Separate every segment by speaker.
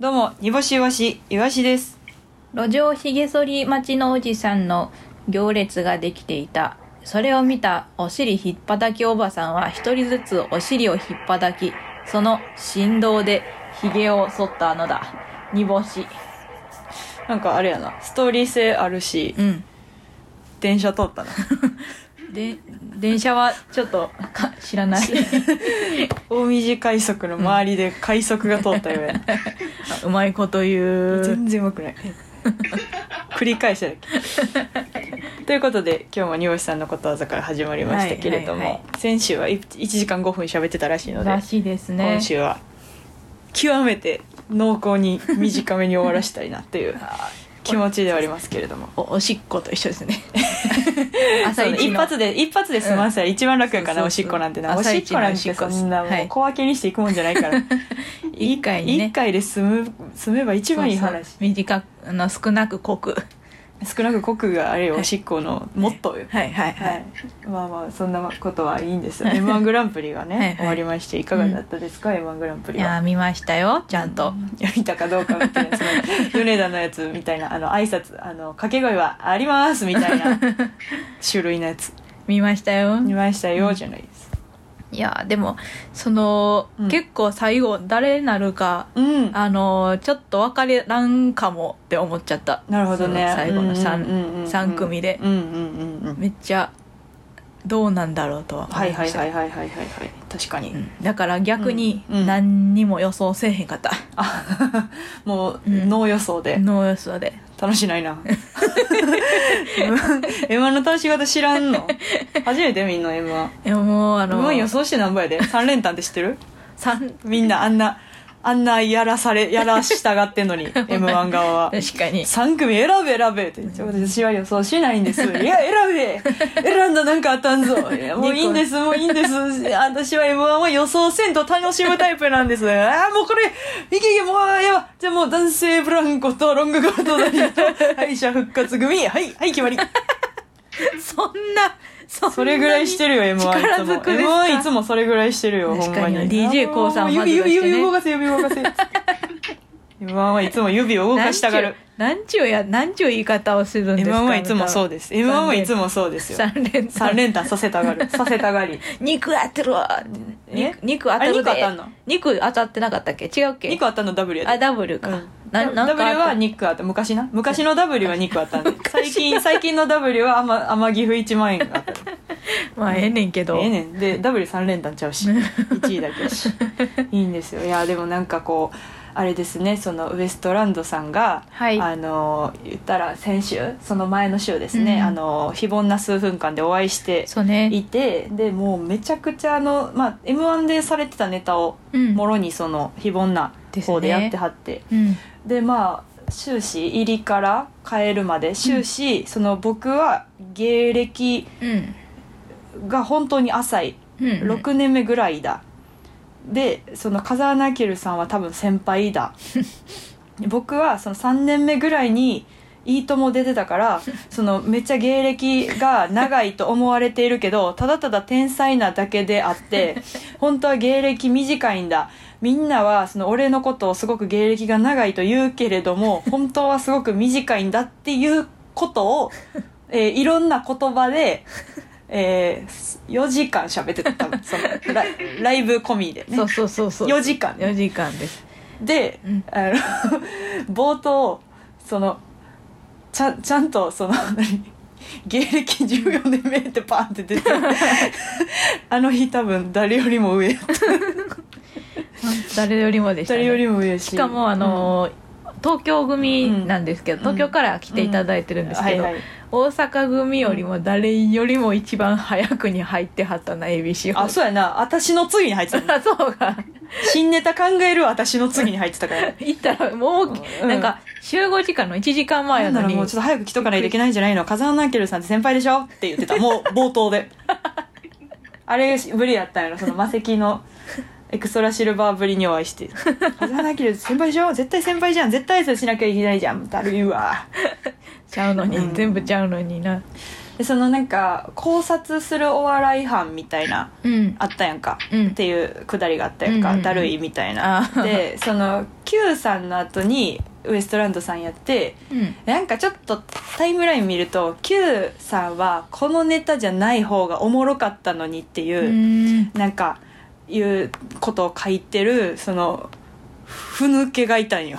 Speaker 1: どうも、煮干しいわし、いわしです。
Speaker 2: 路上ひげ剃り待ちのおじさんの行列ができていたそれを見たお尻ひっぱたきおばさんは一人ずつお尻をひっぱたきその振動でひげを剃ったのだ煮干し
Speaker 1: なんかあれやな、ストーリー性あるし、
Speaker 2: うん
Speaker 1: 電車通ったな。
Speaker 2: で電車はちょっとか知らない
Speaker 1: 大虹快速の周りで快速が通ったようやな。
Speaker 2: あ うまいこと言う
Speaker 1: 全然うまくない。繰り返しただけ。ということで、今日も煮干しさんのことわざから始まりましたけれども、
Speaker 2: はいはい
Speaker 1: 先週は 1, 時間5分喋ってたらしいので、
Speaker 2: らしいですね
Speaker 1: 今週は極めて濃厚に短めに終わらしたいなっていう
Speaker 2: あ
Speaker 1: 気持ちではありますけれども。
Speaker 2: おおしっこと一緒です ね
Speaker 1: そ
Speaker 2: 朝
Speaker 1: う
Speaker 2: 一の
Speaker 1: 一発で一発で済ませたら一番楽やからな、
Speaker 2: そうそうそ
Speaker 1: お
Speaker 2: う
Speaker 1: しっこなんてなお
Speaker 2: 朝
Speaker 1: しっ
Speaker 2: 一
Speaker 1: こ
Speaker 2: の
Speaker 1: なんてそんな
Speaker 2: は
Speaker 1: もう
Speaker 2: い
Speaker 1: 小分けにしていくもんじゃないから
Speaker 2: 一回にね
Speaker 1: 一回で済む済めば一番いい
Speaker 2: そう
Speaker 1: 話
Speaker 2: そう短くあの少なく濃く
Speaker 1: 少なく濃くがあれよ、
Speaker 2: はい
Speaker 1: おしっこのモットーよ
Speaker 2: はいはいは
Speaker 1: はいい、まあまあそんなことはいいんです m 1グランプリがね
Speaker 2: はいはい
Speaker 1: 終わりましていかがだったですか、m 1グランプ
Speaker 2: い
Speaker 1: リは
Speaker 2: やー見ましたよちゃんと、
Speaker 1: いや見たかどうかみたいなその米田のやつみたいな あの挨拶あの掛け声はありますみたい な種類のやつ
Speaker 2: 見ましたよ
Speaker 1: 見ましたよじゃないです
Speaker 2: いやーでもその、
Speaker 1: うん
Speaker 2: 結構最後誰なるか
Speaker 1: うん
Speaker 2: あのーちょっと分かれらんかもって思っちゃった
Speaker 1: なるほどね
Speaker 2: その最後の三
Speaker 1: うんうんうんうん
Speaker 2: 三組で
Speaker 1: うんうんうんうん
Speaker 2: めっちゃどうなんだろうとは思
Speaker 1: はい
Speaker 2: いま
Speaker 1: はい
Speaker 2: した、
Speaker 1: はいはいはいはいはい確かに、
Speaker 2: うんだから逆に
Speaker 1: うんうん
Speaker 2: 何にも予想せえへんかった、
Speaker 1: あ もう
Speaker 2: うん
Speaker 1: 脳予想で
Speaker 2: ノー予想で
Speaker 1: 楽しない な M1 の楽しみ方知らんの初めてみんな M1
Speaker 2: いやもうあの
Speaker 1: M1 予想してなんぼやで3連単って知ってる
Speaker 2: 三
Speaker 1: みんなあんなあんなやらされやらしたがってんの に M1 側は
Speaker 2: 確 かに
Speaker 1: 3組選べ選べって言って私は予想しないん ですいや選べ選んだなんかあったんぞいやもういいんですもういいんです私は m 1は予想せんと楽しむタイプなんですああもうこれいけいけもうやばじゃあもう男性ブランコとロングコートダデ ィと敗者復活組はいはい決まり
Speaker 2: そんなそんなに
Speaker 1: それぐらいしてるよ m 1いつも
Speaker 2: 力ず
Speaker 1: m
Speaker 2: くですか
Speaker 1: 1いつもそれぐらいしてるよほん
Speaker 2: 確
Speaker 1: ま
Speaker 2: かに
Speaker 1: に
Speaker 2: DJ こうさん
Speaker 1: あー
Speaker 2: まず
Speaker 1: 指指
Speaker 2: 出してね
Speaker 1: 指動かせ指動かせ m 1はいつも指を動かしたがる
Speaker 2: なんちゅうなんちゅうやなんちゅう言い方をするんです
Speaker 1: m
Speaker 2: か
Speaker 1: 1はいつもそうです m 1はいつもそうですよ
Speaker 2: 三連
Speaker 1: 三連単させたが るさせたがり
Speaker 2: 肉当てるわ
Speaker 1: え
Speaker 2: 肉肉当たるで
Speaker 1: あ肉当たんの
Speaker 2: 肉当たってなかったっけ違うっけ
Speaker 1: 2個あったの W や
Speaker 2: あ
Speaker 1: で
Speaker 2: ダブルか、ななんかあった
Speaker 1: W は2個あった昔な昔の W は2個あったんで最近最近の W は天天岐阜1万円あった
Speaker 2: まあええねんけど、
Speaker 1: ええねんで W3 連単ちゃうし1位だけや しいいんですよいやでもなんかこうあれですねそのウエストランドさんが、
Speaker 2: はい
Speaker 1: あの言ったら先週その前の週ですね、
Speaker 2: うん
Speaker 1: あの非凡な数分間でお会いして
Speaker 2: そうね
Speaker 1: いてでもうめちゃくちゃあの、まあ、m 1でされてたネタを
Speaker 2: うん
Speaker 1: もろにその非凡な方でやってはって
Speaker 2: うん
Speaker 1: で,、まあ終始入りから変えるまで終始、その僕は芸歴
Speaker 2: うん
Speaker 1: が本当に浅い
Speaker 2: うん
Speaker 1: 6年目ぐらいだ、でその風穴明さんは多分先輩 だ僕はその3年目ぐらいに「いいとも」出てた からそのめっちゃ芸歴が長いと思われているけどただただ天才なだけであって本当は芸歴短いんだみんなはその俺のことをすごく芸歴が長いと言うけれど も本当はすごく短いんだっていうことを、えーいろんな言葉で、えー、4時間喋ってた多分そのラライブ込みでね
Speaker 2: そうそうそうそう
Speaker 1: 4時間
Speaker 2: 4時間です
Speaker 1: で、
Speaker 2: うん
Speaker 1: あの 冒頭そのちゃんちゃんとその 何芸歴14年目ってパンって 出てあの日多分誰よりも上
Speaker 2: 誰よりもでした、ね、
Speaker 1: 誰よりも上やし
Speaker 2: しかもあのー東京組なんですけど、
Speaker 1: うん
Speaker 2: 東京から来ていただいてるんですけど、
Speaker 1: はいはい、
Speaker 2: 大阪組よりも誰よりも一番早くに入ってはったな ABC
Speaker 1: あそうやな私の次に入って た
Speaker 2: あそうか
Speaker 1: 新ネタ考える私の次に入ってたから
Speaker 2: 行ったらもう、
Speaker 1: うん
Speaker 2: なんか集合時間の1時間前
Speaker 1: な
Speaker 2: や
Speaker 1: んな
Speaker 2: の
Speaker 1: ら
Speaker 2: に
Speaker 1: もうちょっと早く来とかないといけないんじゃないの風穴アキルさんって先輩でしょって言って たもう冒頭であれぶりやったんやろその魔石のエクストラシルバーぶりにお会いして「風穴アキル先輩でしょ絶対先輩じゃん絶対挨拶しなきゃいけないじゃんだるいわ
Speaker 2: ちゃうのに、
Speaker 1: うん
Speaker 2: 全部ちゃうのにな」
Speaker 1: でそのなんか考察するお笑い班みたいな
Speaker 2: うん
Speaker 1: あったやんか
Speaker 2: うん
Speaker 1: っていうくだりがあったやんか、
Speaker 2: うんうんうん
Speaker 1: だるいみたいな
Speaker 2: あー
Speaker 1: でその Q さんの後にウエストランドさんやって
Speaker 2: うん
Speaker 1: なんかちょっとタイムライン見ると Q さんはこのネタじゃない方がおもろかったのにって
Speaker 2: う
Speaker 1: いう、
Speaker 2: ん
Speaker 1: なんかいうことを書いてるそのふぬけがいたんよ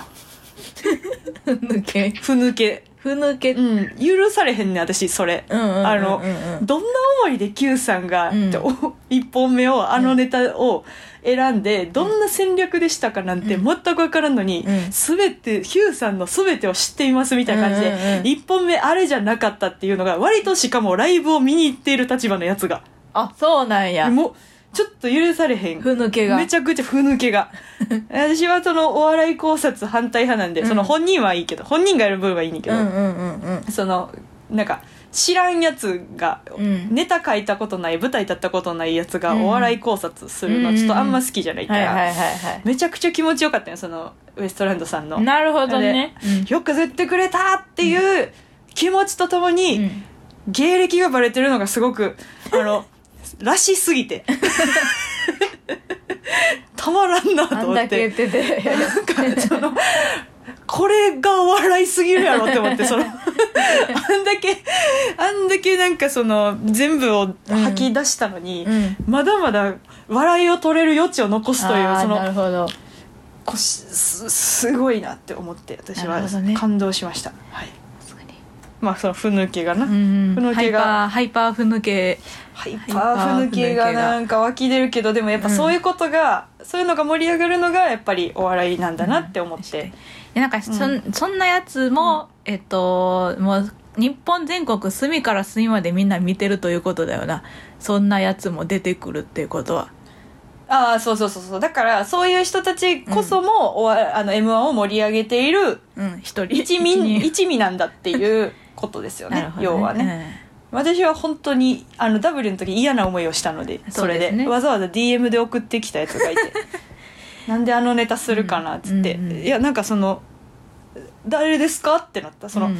Speaker 2: ふぬけ
Speaker 1: ふぬけ
Speaker 2: ふぬけ
Speaker 1: うん許されへんねん私それ
Speaker 2: あ
Speaker 1: あのどんな思いで Q さんが、
Speaker 2: うん
Speaker 1: ってお1本目をあのネタを選んで、どんな戦略でしたかなんて
Speaker 2: うん
Speaker 1: 全く分からんのに、
Speaker 2: うん
Speaker 1: 全て Q さんの全てを知っていますみたいな感じで、
Speaker 2: うんうんうん
Speaker 1: 1本目あれじゃなかったっていうのが割としかもライブを見に行っている立場のやつが
Speaker 2: あそうなんや
Speaker 1: もうちょっと許されへん
Speaker 2: ふぬけが
Speaker 1: めちゃくちゃふぬけ が私はそのお笑い考察反対派なんで、
Speaker 2: うん
Speaker 1: その本人はいいけど本人がやる分はいいねんけど、
Speaker 2: うんうんうんうん
Speaker 1: そのなんか知らんやつが
Speaker 2: うん
Speaker 1: ネタ書いたことない舞台立ったことないやつが
Speaker 2: うん
Speaker 1: お笑い考察する
Speaker 2: う
Speaker 1: の
Speaker 2: ん
Speaker 1: ちょっとあんま好きじゃないか
Speaker 2: はい
Speaker 1: ら、
Speaker 2: はいはいは
Speaker 1: めちゃくちゃ気持ちよかったよそのウエストランドさんの
Speaker 2: い。なるほどね
Speaker 1: よく言ってくれたっていう気持ちととも
Speaker 2: う
Speaker 1: に、
Speaker 2: ん
Speaker 1: 芸歴がバレてるのがすごくあ のらしすぎてたまらんな
Speaker 2: あ
Speaker 1: と
Speaker 2: ん
Speaker 1: 思
Speaker 2: だ
Speaker 1: って
Speaker 2: け言って て
Speaker 1: なんかそのこれが笑いすぎるやろって思ってそのあんだけあんだけなんかその全部を吐き出したのに、
Speaker 2: うん
Speaker 1: まだまだ笑いを取れる余地を残すという
Speaker 2: あー
Speaker 1: そ
Speaker 2: な
Speaker 1: の
Speaker 2: るほど
Speaker 1: こしすすごいなって思って私
Speaker 2: な
Speaker 1: は
Speaker 2: るほどね
Speaker 1: 感動しました、はい、まあそのふぬけがな、
Speaker 2: うん
Speaker 1: ふぬけが
Speaker 2: ハイパーハイパーふぬけ
Speaker 1: ハイ
Speaker 2: ハイ
Speaker 1: パ
Speaker 2: パ
Speaker 1: ー
Speaker 2: ー
Speaker 1: ふぬけがなんか湧き出るけどでもやっぱそういうことが、そういうのが盛り上がるのがやっぱりお笑いなんだなって思って。
Speaker 2: でなんかそ,、ん、そんなやつも、えっともう日本全国隅から隅までみんな見てるということだよなそんなやつも出てくるっていうことは
Speaker 1: ああそうそうそうそうだからそういう人たちこそも、おわあの m 1を盛り上げている
Speaker 2: うん一人
Speaker 1: 一味
Speaker 2: 人
Speaker 1: 一味なんだっていうことですよ
Speaker 2: な
Speaker 1: ね
Speaker 2: るほど
Speaker 1: 要はね、、私は本当にあの W の時嫌な思いをしたのでそれ
Speaker 2: そうで
Speaker 1: です
Speaker 2: ね
Speaker 1: わざわざ DM で送ってきたやつがいて なんであのネタするかなっつって、
Speaker 2: うんうんうん
Speaker 1: いやなんかその「誰ですか?」ってなったその、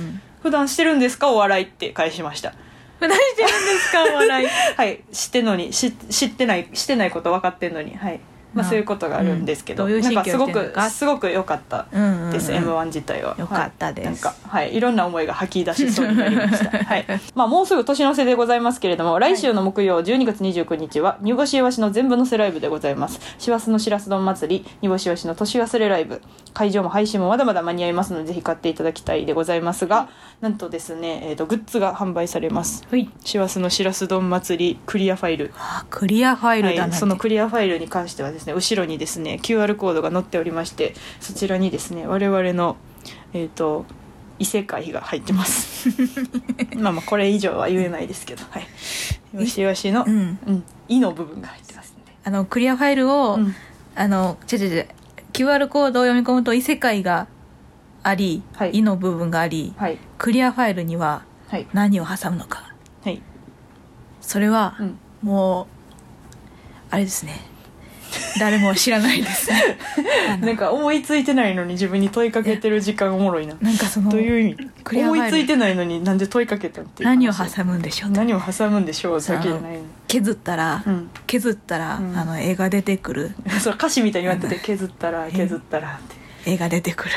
Speaker 1: 普段してるんですかお笑い」って返しました
Speaker 2: 何してるんですかお笑い
Speaker 1: はい知ってんのにし知ってないしてないこと分かってんのにはい、まあ、
Speaker 2: まあ
Speaker 1: そういうことがあるんですけど,、
Speaker 2: うんどういう
Speaker 1: なん
Speaker 2: 神
Speaker 1: か
Speaker 2: 経
Speaker 1: すご
Speaker 2: をしてんの
Speaker 1: く
Speaker 2: か
Speaker 1: すごく良かった
Speaker 2: うんうん
Speaker 1: です、m 1自体は
Speaker 2: よかったです
Speaker 1: はい、なんかはいいろんな思いが吐き出しそうになりました はい、まあ、もうすぐ年の瀬でございますけれども来週の木曜12月29日は煮干しいわしの全部のせライブでございます師走のしらす丼祭り煮干しいわしの年忘れライブ会場も配信もまだまだ間に合いますのでぜひ買っていただきたいでございますがなんとですね、えー、とグッズが販売されます
Speaker 2: はい
Speaker 1: 師走のしらす丼祭りクリアファイル
Speaker 2: あクリアファイルだな
Speaker 1: は
Speaker 2: ん
Speaker 1: い、
Speaker 2: て、
Speaker 1: そのクリアファイルに関してはですね後ろにですね QR コードが載っておりましてそちらにですね我々のえっ、と異世界が入ってます まあまあこれ以上は言えないですけどはいよしよしの「う
Speaker 2: う
Speaker 1: ん
Speaker 2: ん、
Speaker 1: い」の部分が入ってますんで、
Speaker 2: あのクリアファイルを、
Speaker 1: うん
Speaker 2: あのちょちょちょ QR コードを読み込むと異世界があり「
Speaker 1: はい
Speaker 2: い」の部分があり
Speaker 1: はい
Speaker 2: クリアファイルには
Speaker 1: はい
Speaker 2: 何を挟むのか
Speaker 1: はい、
Speaker 2: それは、
Speaker 1: うん、
Speaker 2: もうあれですね誰も知らないですねあの
Speaker 1: なんか思いついてないのに自分に問いかけてる時間おもろいな
Speaker 2: なんかその
Speaker 1: どういう意
Speaker 2: ク
Speaker 1: 味
Speaker 2: リアフ
Speaker 1: 思
Speaker 2: ァイル
Speaker 1: いついてないのになんで問いかけたっていう話
Speaker 2: 何を挟むんでしょうと
Speaker 1: 何を挟むんでしょうだけじゃないの
Speaker 2: 削ったら、
Speaker 1: うん
Speaker 2: 削ったら、
Speaker 1: うん
Speaker 2: あの絵が出てくる
Speaker 1: そう歌詞みたいに言われてて削ったら削ったらって
Speaker 2: 絵が出て くる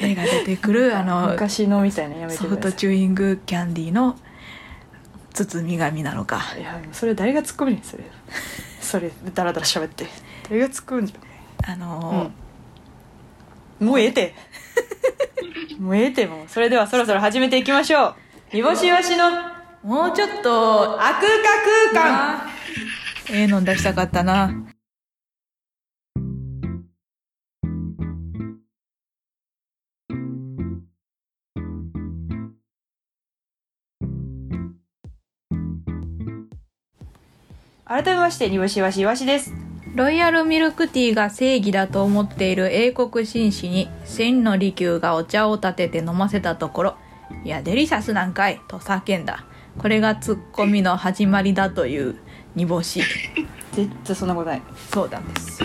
Speaker 2: 絵が出てくるあの
Speaker 1: 昔のみたいなのやめて
Speaker 2: ソ
Speaker 1: く
Speaker 2: フ
Speaker 1: だ
Speaker 2: ト
Speaker 1: さ
Speaker 2: チューイングキャンディーの包み紙なのか
Speaker 1: いいやそれ誰が突っ込むねんそれそれダラダラ喋って誰が突っ込むんじ
Speaker 2: あ
Speaker 1: ゃ
Speaker 2: の
Speaker 1: ん、、うん、もうええてもうええてもうそれではそろそろ始めていきましょう煮干しわしの
Speaker 2: もうちょっと
Speaker 1: 悪化空間
Speaker 2: あええのん出したかったな
Speaker 1: 改めまして煮干しわしわしです
Speaker 2: ロイヤルミルクティーが正義だと思っている英国紳士に千の利休がお茶を立てて飲ませたところ「いやデリシャスなんかい!」と叫んだこれがツッコミの始まりだという煮干し
Speaker 1: 絶対そんなことない
Speaker 2: そうなんです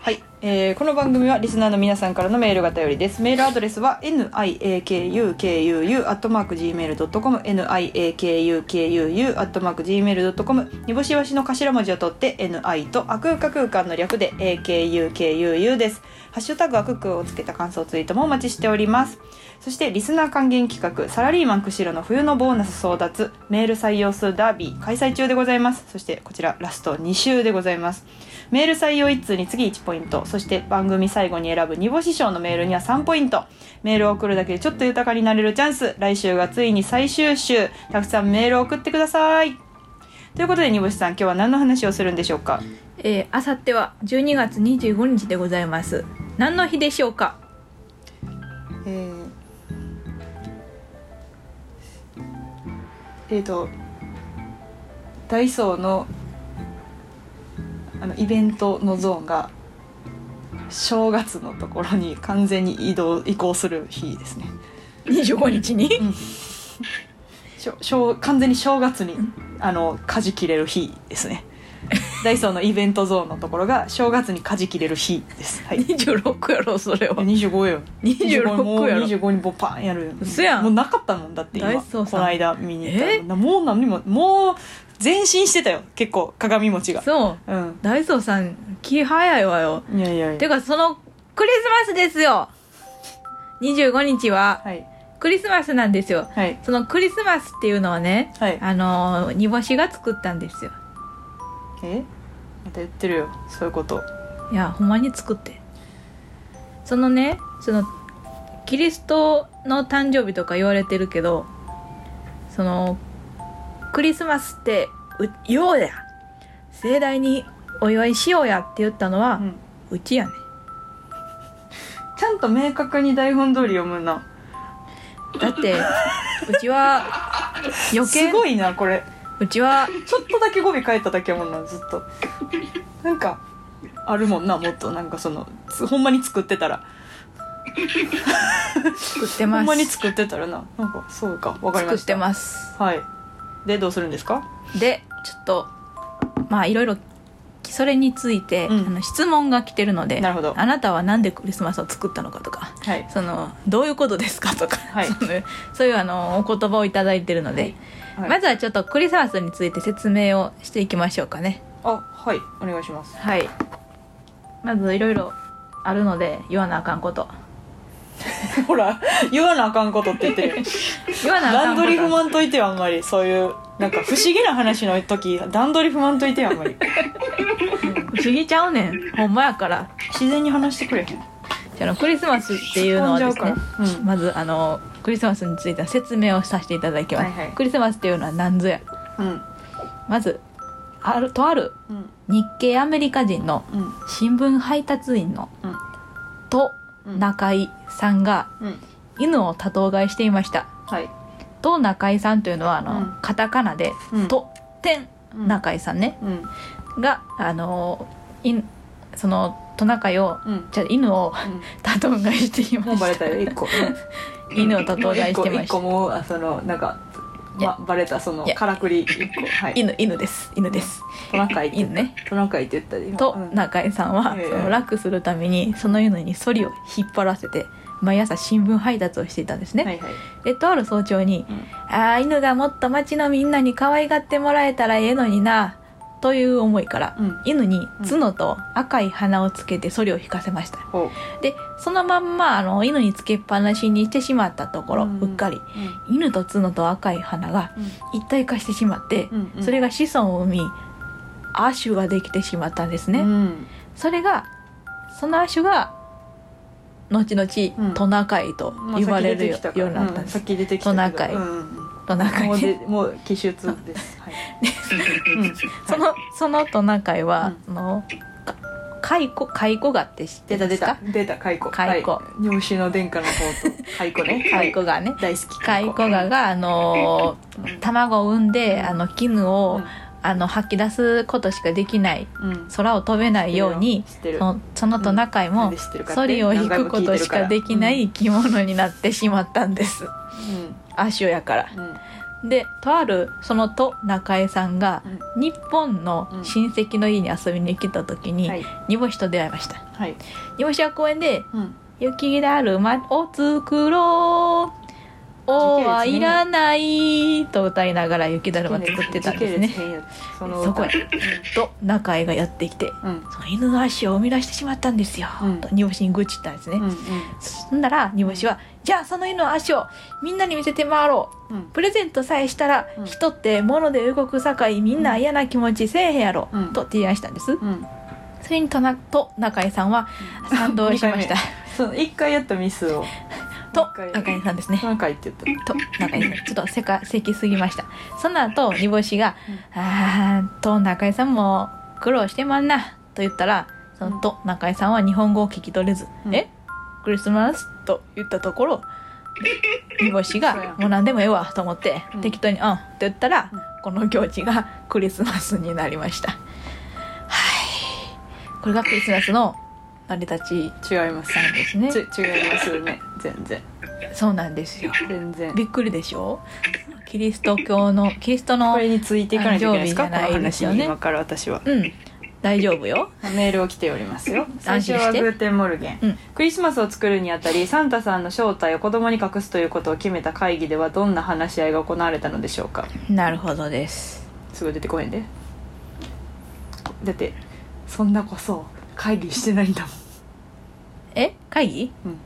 Speaker 1: はい、えーこの番組はリスナーの皆さんからのメールが頼りですメールアドレスは niakukuu.gmail.com niakukuu.gmail.com にぼしわしの頭文字を取って ni とあくうか空間の略で akukuu ですハッシュタグあくくをつけた感想ツイートもお待ちしておりますそしてリスナー還元企画サラリーマン釧路の冬のボーナス争奪メール採用数ダービー開催中でございますそしてこちらラスト2週でございますメール採用1通に次1ポイントそして番組最後に選ぶ煮干し賞のメールには3ポイントメールを送るだけでちょっと豊かになれるチャンス来週がついに最終週たくさんメールを送ってくださいということで煮干しさん今日は何の話をするんでしょうか
Speaker 2: えー、あさっては12月25日でございます何の日でしょうか
Speaker 1: えーえーとダイソーのあのイベントのゾーンが正月のところに完全に移動移行する日ですね
Speaker 2: 25日に
Speaker 1: しょしょう完全に正月にあの舵切れる日ですねダイソーのイベントゾーンのところが正月に舵切れる日ですはい
Speaker 2: 26やろそれは
Speaker 1: 25よ
Speaker 2: 26やろ
Speaker 1: もう25にボパンやる
Speaker 2: 嘘や
Speaker 1: もうんなかったもんだって今
Speaker 2: ダイソーさん
Speaker 1: この間見に行った
Speaker 2: え
Speaker 1: らなもう何にももう前進してたよ結構鏡餅が
Speaker 2: そう
Speaker 1: うん
Speaker 2: ダイソーさん気早いわよ
Speaker 1: いやいやい
Speaker 2: て
Speaker 1: や
Speaker 2: かそのクリスマスですよ25日は
Speaker 1: はい
Speaker 2: クリスマスなんですよ
Speaker 1: はい
Speaker 2: そのクリスマスっていうのはね
Speaker 1: はい
Speaker 2: あのー煮干しが作ったんですよ
Speaker 1: えまた言ってるよそういうこと
Speaker 2: いやほんまに作ってそのねそのキリストの誕生日とか言われてるけどそのクリスマスってうようや盛大にお祝いしようやって言ったのは、
Speaker 1: う
Speaker 2: うんちやね
Speaker 1: ちゃんと明確に台本通り読むな
Speaker 2: だってうちは余計
Speaker 1: すごいなこれ
Speaker 2: うちは
Speaker 1: ちょっとだけ語尾変えただけやもんなずっとなんかあるもんなもっとなんかそのつほんまに作ってたら
Speaker 2: 作って
Speaker 1: ほ
Speaker 2: ま
Speaker 1: ん
Speaker 2: す
Speaker 1: まに作ってたらななんかそうかわかりま
Speaker 2: 作
Speaker 1: し
Speaker 2: って
Speaker 1: た
Speaker 2: ます
Speaker 1: はいでどうするんですか
Speaker 2: でちょっとまあいろいろそれについて、
Speaker 1: うん
Speaker 2: あの質問が来てるので
Speaker 1: なるほど
Speaker 2: あなたはなんでクリスマスを作ったのかとか
Speaker 1: はい
Speaker 2: そのどういうことですかとか、
Speaker 1: はい
Speaker 2: そのそういうあのお言葉をいただいてるので、
Speaker 1: はい
Speaker 2: まずはちょっとクリスマスについて説明をしていきましょうかね
Speaker 1: あはいお願いします
Speaker 2: はいまずいろいろあるので言わなあかんこと
Speaker 1: ほら言わなあかんことって言ってる
Speaker 2: 言わなあか
Speaker 1: 段
Speaker 2: んこと
Speaker 1: 取り踏まんといてよあんまりそういうなんか不思議な話の時段取り踏まんといてよあんま り
Speaker 2: 不思議ちゃうねんほんまやから
Speaker 1: 自然に話してくれへん
Speaker 2: じゃああのクリスマスっていうのはです
Speaker 1: 飛
Speaker 2: ね
Speaker 1: んじゃうからうん
Speaker 2: まずあのクリスマスについては説明をさせていただきます、
Speaker 1: はいはい
Speaker 2: クリスマスっていうのは何ぞや
Speaker 1: うん
Speaker 2: まずあるとある
Speaker 1: うん
Speaker 2: 日系アメリカ人の
Speaker 1: うん
Speaker 2: 新聞配達員の、
Speaker 1: うん
Speaker 2: と
Speaker 1: うん
Speaker 2: 中井さんが
Speaker 1: うん
Speaker 2: 犬を多頭飼いしていました
Speaker 1: はい
Speaker 2: と中井さんというのはあの、
Speaker 1: うん
Speaker 2: カタカナで、
Speaker 1: うん
Speaker 2: と天
Speaker 1: うん
Speaker 2: 中井さんね
Speaker 1: うん
Speaker 2: があのいそのトナカイを
Speaker 1: うん
Speaker 2: じゃあ犬を
Speaker 1: う
Speaker 2: 多頭飼いしてい
Speaker 1: んも
Speaker 2: ま
Speaker 1: うバレ
Speaker 2: した
Speaker 1: よ一個
Speaker 2: 犬を多頭飼い
Speaker 1: 一
Speaker 2: し
Speaker 1: 個
Speaker 2: てま
Speaker 1: 一
Speaker 2: した
Speaker 1: 個もうあそのなんか、ま、バレたその
Speaker 2: いや
Speaker 1: からくり一個はい
Speaker 2: 犬犬です犬です
Speaker 1: トナカイって言っ
Speaker 2: 犬ね
Speaker 1: たトナカイって言ったで今
Speaker 2: と
Speaker 1: うん
Speaker 2: 中井さんは、
Speaker 1: ええ
Speaker 2: その楽するためにその犬にソリを引っ張らせて毎朝新聞配達をしていたんですね、
Speaker 1: はいはい
Speaker 2: でとある早朝に
Speaker 1: うん
Speaker 2: 「ああ犬がもっと町のみんなに可愛がってもらえたらええのにな」という思いから、
Speaker 1: うん
Speaker 2: 犬に角と赤い鼻をつけてソリを引かせました
Speaker 1: ほ
Speaker 2: でそのまんまあの犬につけっぱなしにしてしまったところ、
Speaker 1: う
Speaker 2: うんっかり
Speaker 1: う
Speaker 2: 犬と角と赤い鼻が一体化してしまって、
Speaker 1: うんうん
Speaker 2: それが子孫を生み亜種ができてしまったんですね、
Speaker 1: うん
Speaker 2: それがその亜種が後々、
Speaker 1: うん
Speaker 2: トナカイと
Speaker 1: まあ
Speaker 2: 呼ばれるよ,、
Speaker 1: 先出てきたから
Speaker 2: うになったんで
Speaker 1: う
Speaker 2: す、
Speaker 1: さっき出てきた
Speaker 2: トナカイ
Speaker 1: うんうんうん
Speaker 2: トナカイ
Speaker 1: もう
Speaker 2: ね
Speaker 1: でもう奇襲通 です。はい。うん
Speaker 2: その、そのトナカイは、あの、カイコ、カイコガって知って
Speaker 1: 出た出た
Speaker 2: か
Speaker 1: 出た蚕。
Speaker 2: 蚕
Speaker 1: はい。入試の殿下の方と蚕ね。
Speaker 2: カイコガね。
Speaker 1: 大好き。
Speaker 2: カイコガが、あの
Speaker 1: うん、
Speaker 2: 卵を産んで、あの、絹を、
Speaker 1: うん
Speaker 2: あの、吐き出すことしかできない、
Speaker 1: うん。
Speaker 2: 空を飛べないように、
Speaker 1: 知ってる
Speaker 2: そのそのトナカイ
Speaker 1: なん
Speaker 2: も
Speaker 1: で知ってるかって
Speaker 2: ソリを引くことしかできな
Speaker 1: う
Speaker 2: い生き物になってしまったんです
Speaker 1: ん
Speaker 2: 亜種やから
Speaker 1: うん
Speaker 2: でとあるそのと中江さんが日本の親戚の家に遊びに来た時に
Speaker 1: はい
Speaker 2: 煮干しと出会いました
Speaker 1: はい
Speaker 2: 煮干しは公園で
Speaker 1: うん
Speaker 2: 「雪だるまを作ろう」おはいらないと歌いながら雪だるま作ってたんです
Speaker 1: 時
Speaker 2: ね
Speaker 1: 系列変やその
Speaker 2: そこへと中江がやってきて
Speaker 1: うんうん
Speaker 2: その犬の足を生み出してしまったんですよ、
Speaker 1: うん
Speaker 2: と煮干しに愚痴ったんですね、
Speaker 1: うん
Speaker 2: そんなら煮干しは「じゃあその犬の足をみんなに見せて回ろう」
Speaker 1: うん
Speaker 2: プレゼントさえしたら、
Speaker 1: うん
Speaker 2: 人って物で動くさかいみんな嫌な気持ちせえへんやろ、
Speaker 1: うん
Speaker 2: と提案したんです
Speaker 1: うんうん
Speaker 2: それにとなと中井さんは
Speaker 1: うん
Speaker 2: 賛同し ました
Speaker 1: その一回やったミスを
Speaker 2: と
Speaker 1: もう一回
Speaker 2: 中井さんですね
Speaker 1: 何回って言っ
Speaker 2: と中井さんちょっとせかせきすぎましたその後煮干しが「あーと中井さんも苦労してまんな」と言ったらそのと中井さんは日本語を聞き取れず「
Speaker 1: うん
Speaker 2: えクリスマス?」と言ったと ころ煮干し
Speaker 1: そうや
Speaker 2: が「もう何でもええわ」と思って
Speaker 1: うん
Speaker 2: 適当に「うん」って言ったら
Speaker 1: うん
Speaker 2: この行事がクリスマスになりましたはいこれがクリスマスの成り立ち
Speaker 1: た違います
Speaker 2: なんですね
Speaker 1: ち違いますね全然
Speaker 2: そうなんですよ
Speaker 1: 全然
Speaker 2: びっくりでしょキリスト教のキリストの
Speaker 1: これについていかないといけないですか
Speaker 2: 誕
Speaker 1: こ
Speaker 2: 生日じゃ
Speaker 1: の
Speaker 2: ないです
Speaker 1: 話
Speaker 2: よね
Speaker 1: に今から私は
Speaker 2: うん大丈夫よ
Speaker 1: メールを来ておりますよ最
Speaker 2: 安
Speaker 1: 初
Speaker 2: 心して
Speaker 1: はグーテンモルゲン、
Speaker 2: うん
Speaker 1: クリスマスを作るにあたりサンタさんの正体を子供に隠すということを決めた会議ではどんな話し合いが行われたのでしょうか
Speaker 2: なるほどです
Speaker 1: すぐ出てこへんでだってそんなこそ会議してないんだも
Speaker 2: え会議
Speaker 1: ん、うん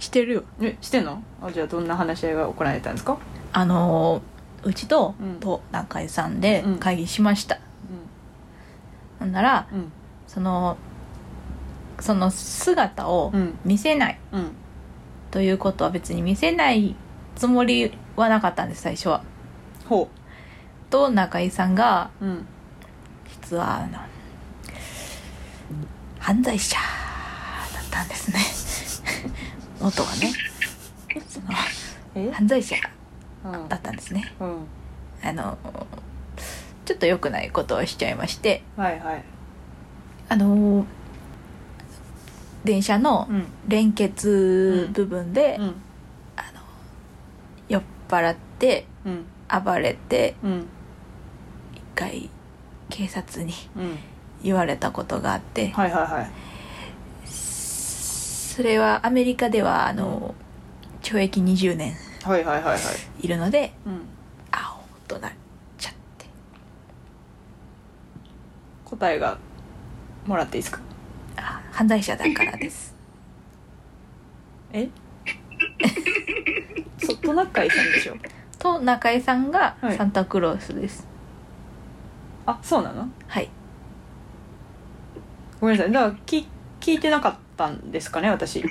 Speaker 2: してるよ
Speaker 1: えしてんのあじゃあどんな話し合いが行われたんですか、
Speaker 2: あのーうちと、
Speaker 1: うん
Speaker 2: と中井さんで
Speaker 1: うん
Speaker 2: 会議しました、ほんなら
Speaker 1: うんうん
Speaker 2: そのその姿を
Speaker 1: うん
Speaker 2: 見せない
Speaker 1: うん
Speaker 2: ということは別に見せないつもりはなかったんです最初は
Speaker 1: ほ
Speaker 2: と中井さんが
Speaker 1: ううん
Speaker 2: 実はあの犯罪者だったんですね 元はねその
Speaker 1: え
Speaker 2: 犯罪者
Speaker 1: うん
Speaker 2: だったんですね
Speaker 1: うん
Speaker 2: あのちょっと良くないことをしちゃいまして
Speaker 1: はいはい
Speaker 2: あの電車の
Speaker 1: うん
Speaker 2: 連結部分で、
Speaker 1: うん
Speaker 2: 酔っ払って
Speaker 1: うん
Speaker 2: 暴れて
Speaker 1: うん
Speaker 2: 一回警察に
Speaker 1: うん
Speaker 2: 言われたことがあって
Speaker 1: はいはいはい
Speaker 2: それはアメリカではあの懲役20年
Speaker 1: はいはいはいはい
Speaker 2: いるので
Speaker 1: うん
Speaker 2: あおとなっちゃって
Speaker 1: 答えがもらっていいですか
Speaker 2: あ犯罪者だか らです
Speaker 1: え そっと中井さんでしょ
Speaker 2: と中江さんが
Speaker 1: はい
Speaker 2: サンタクロースです
Speaker 1: あそうなの
Speaker 2: はい、
Speaker 1: ごめんなさいだからき聞いてなかったんですかね私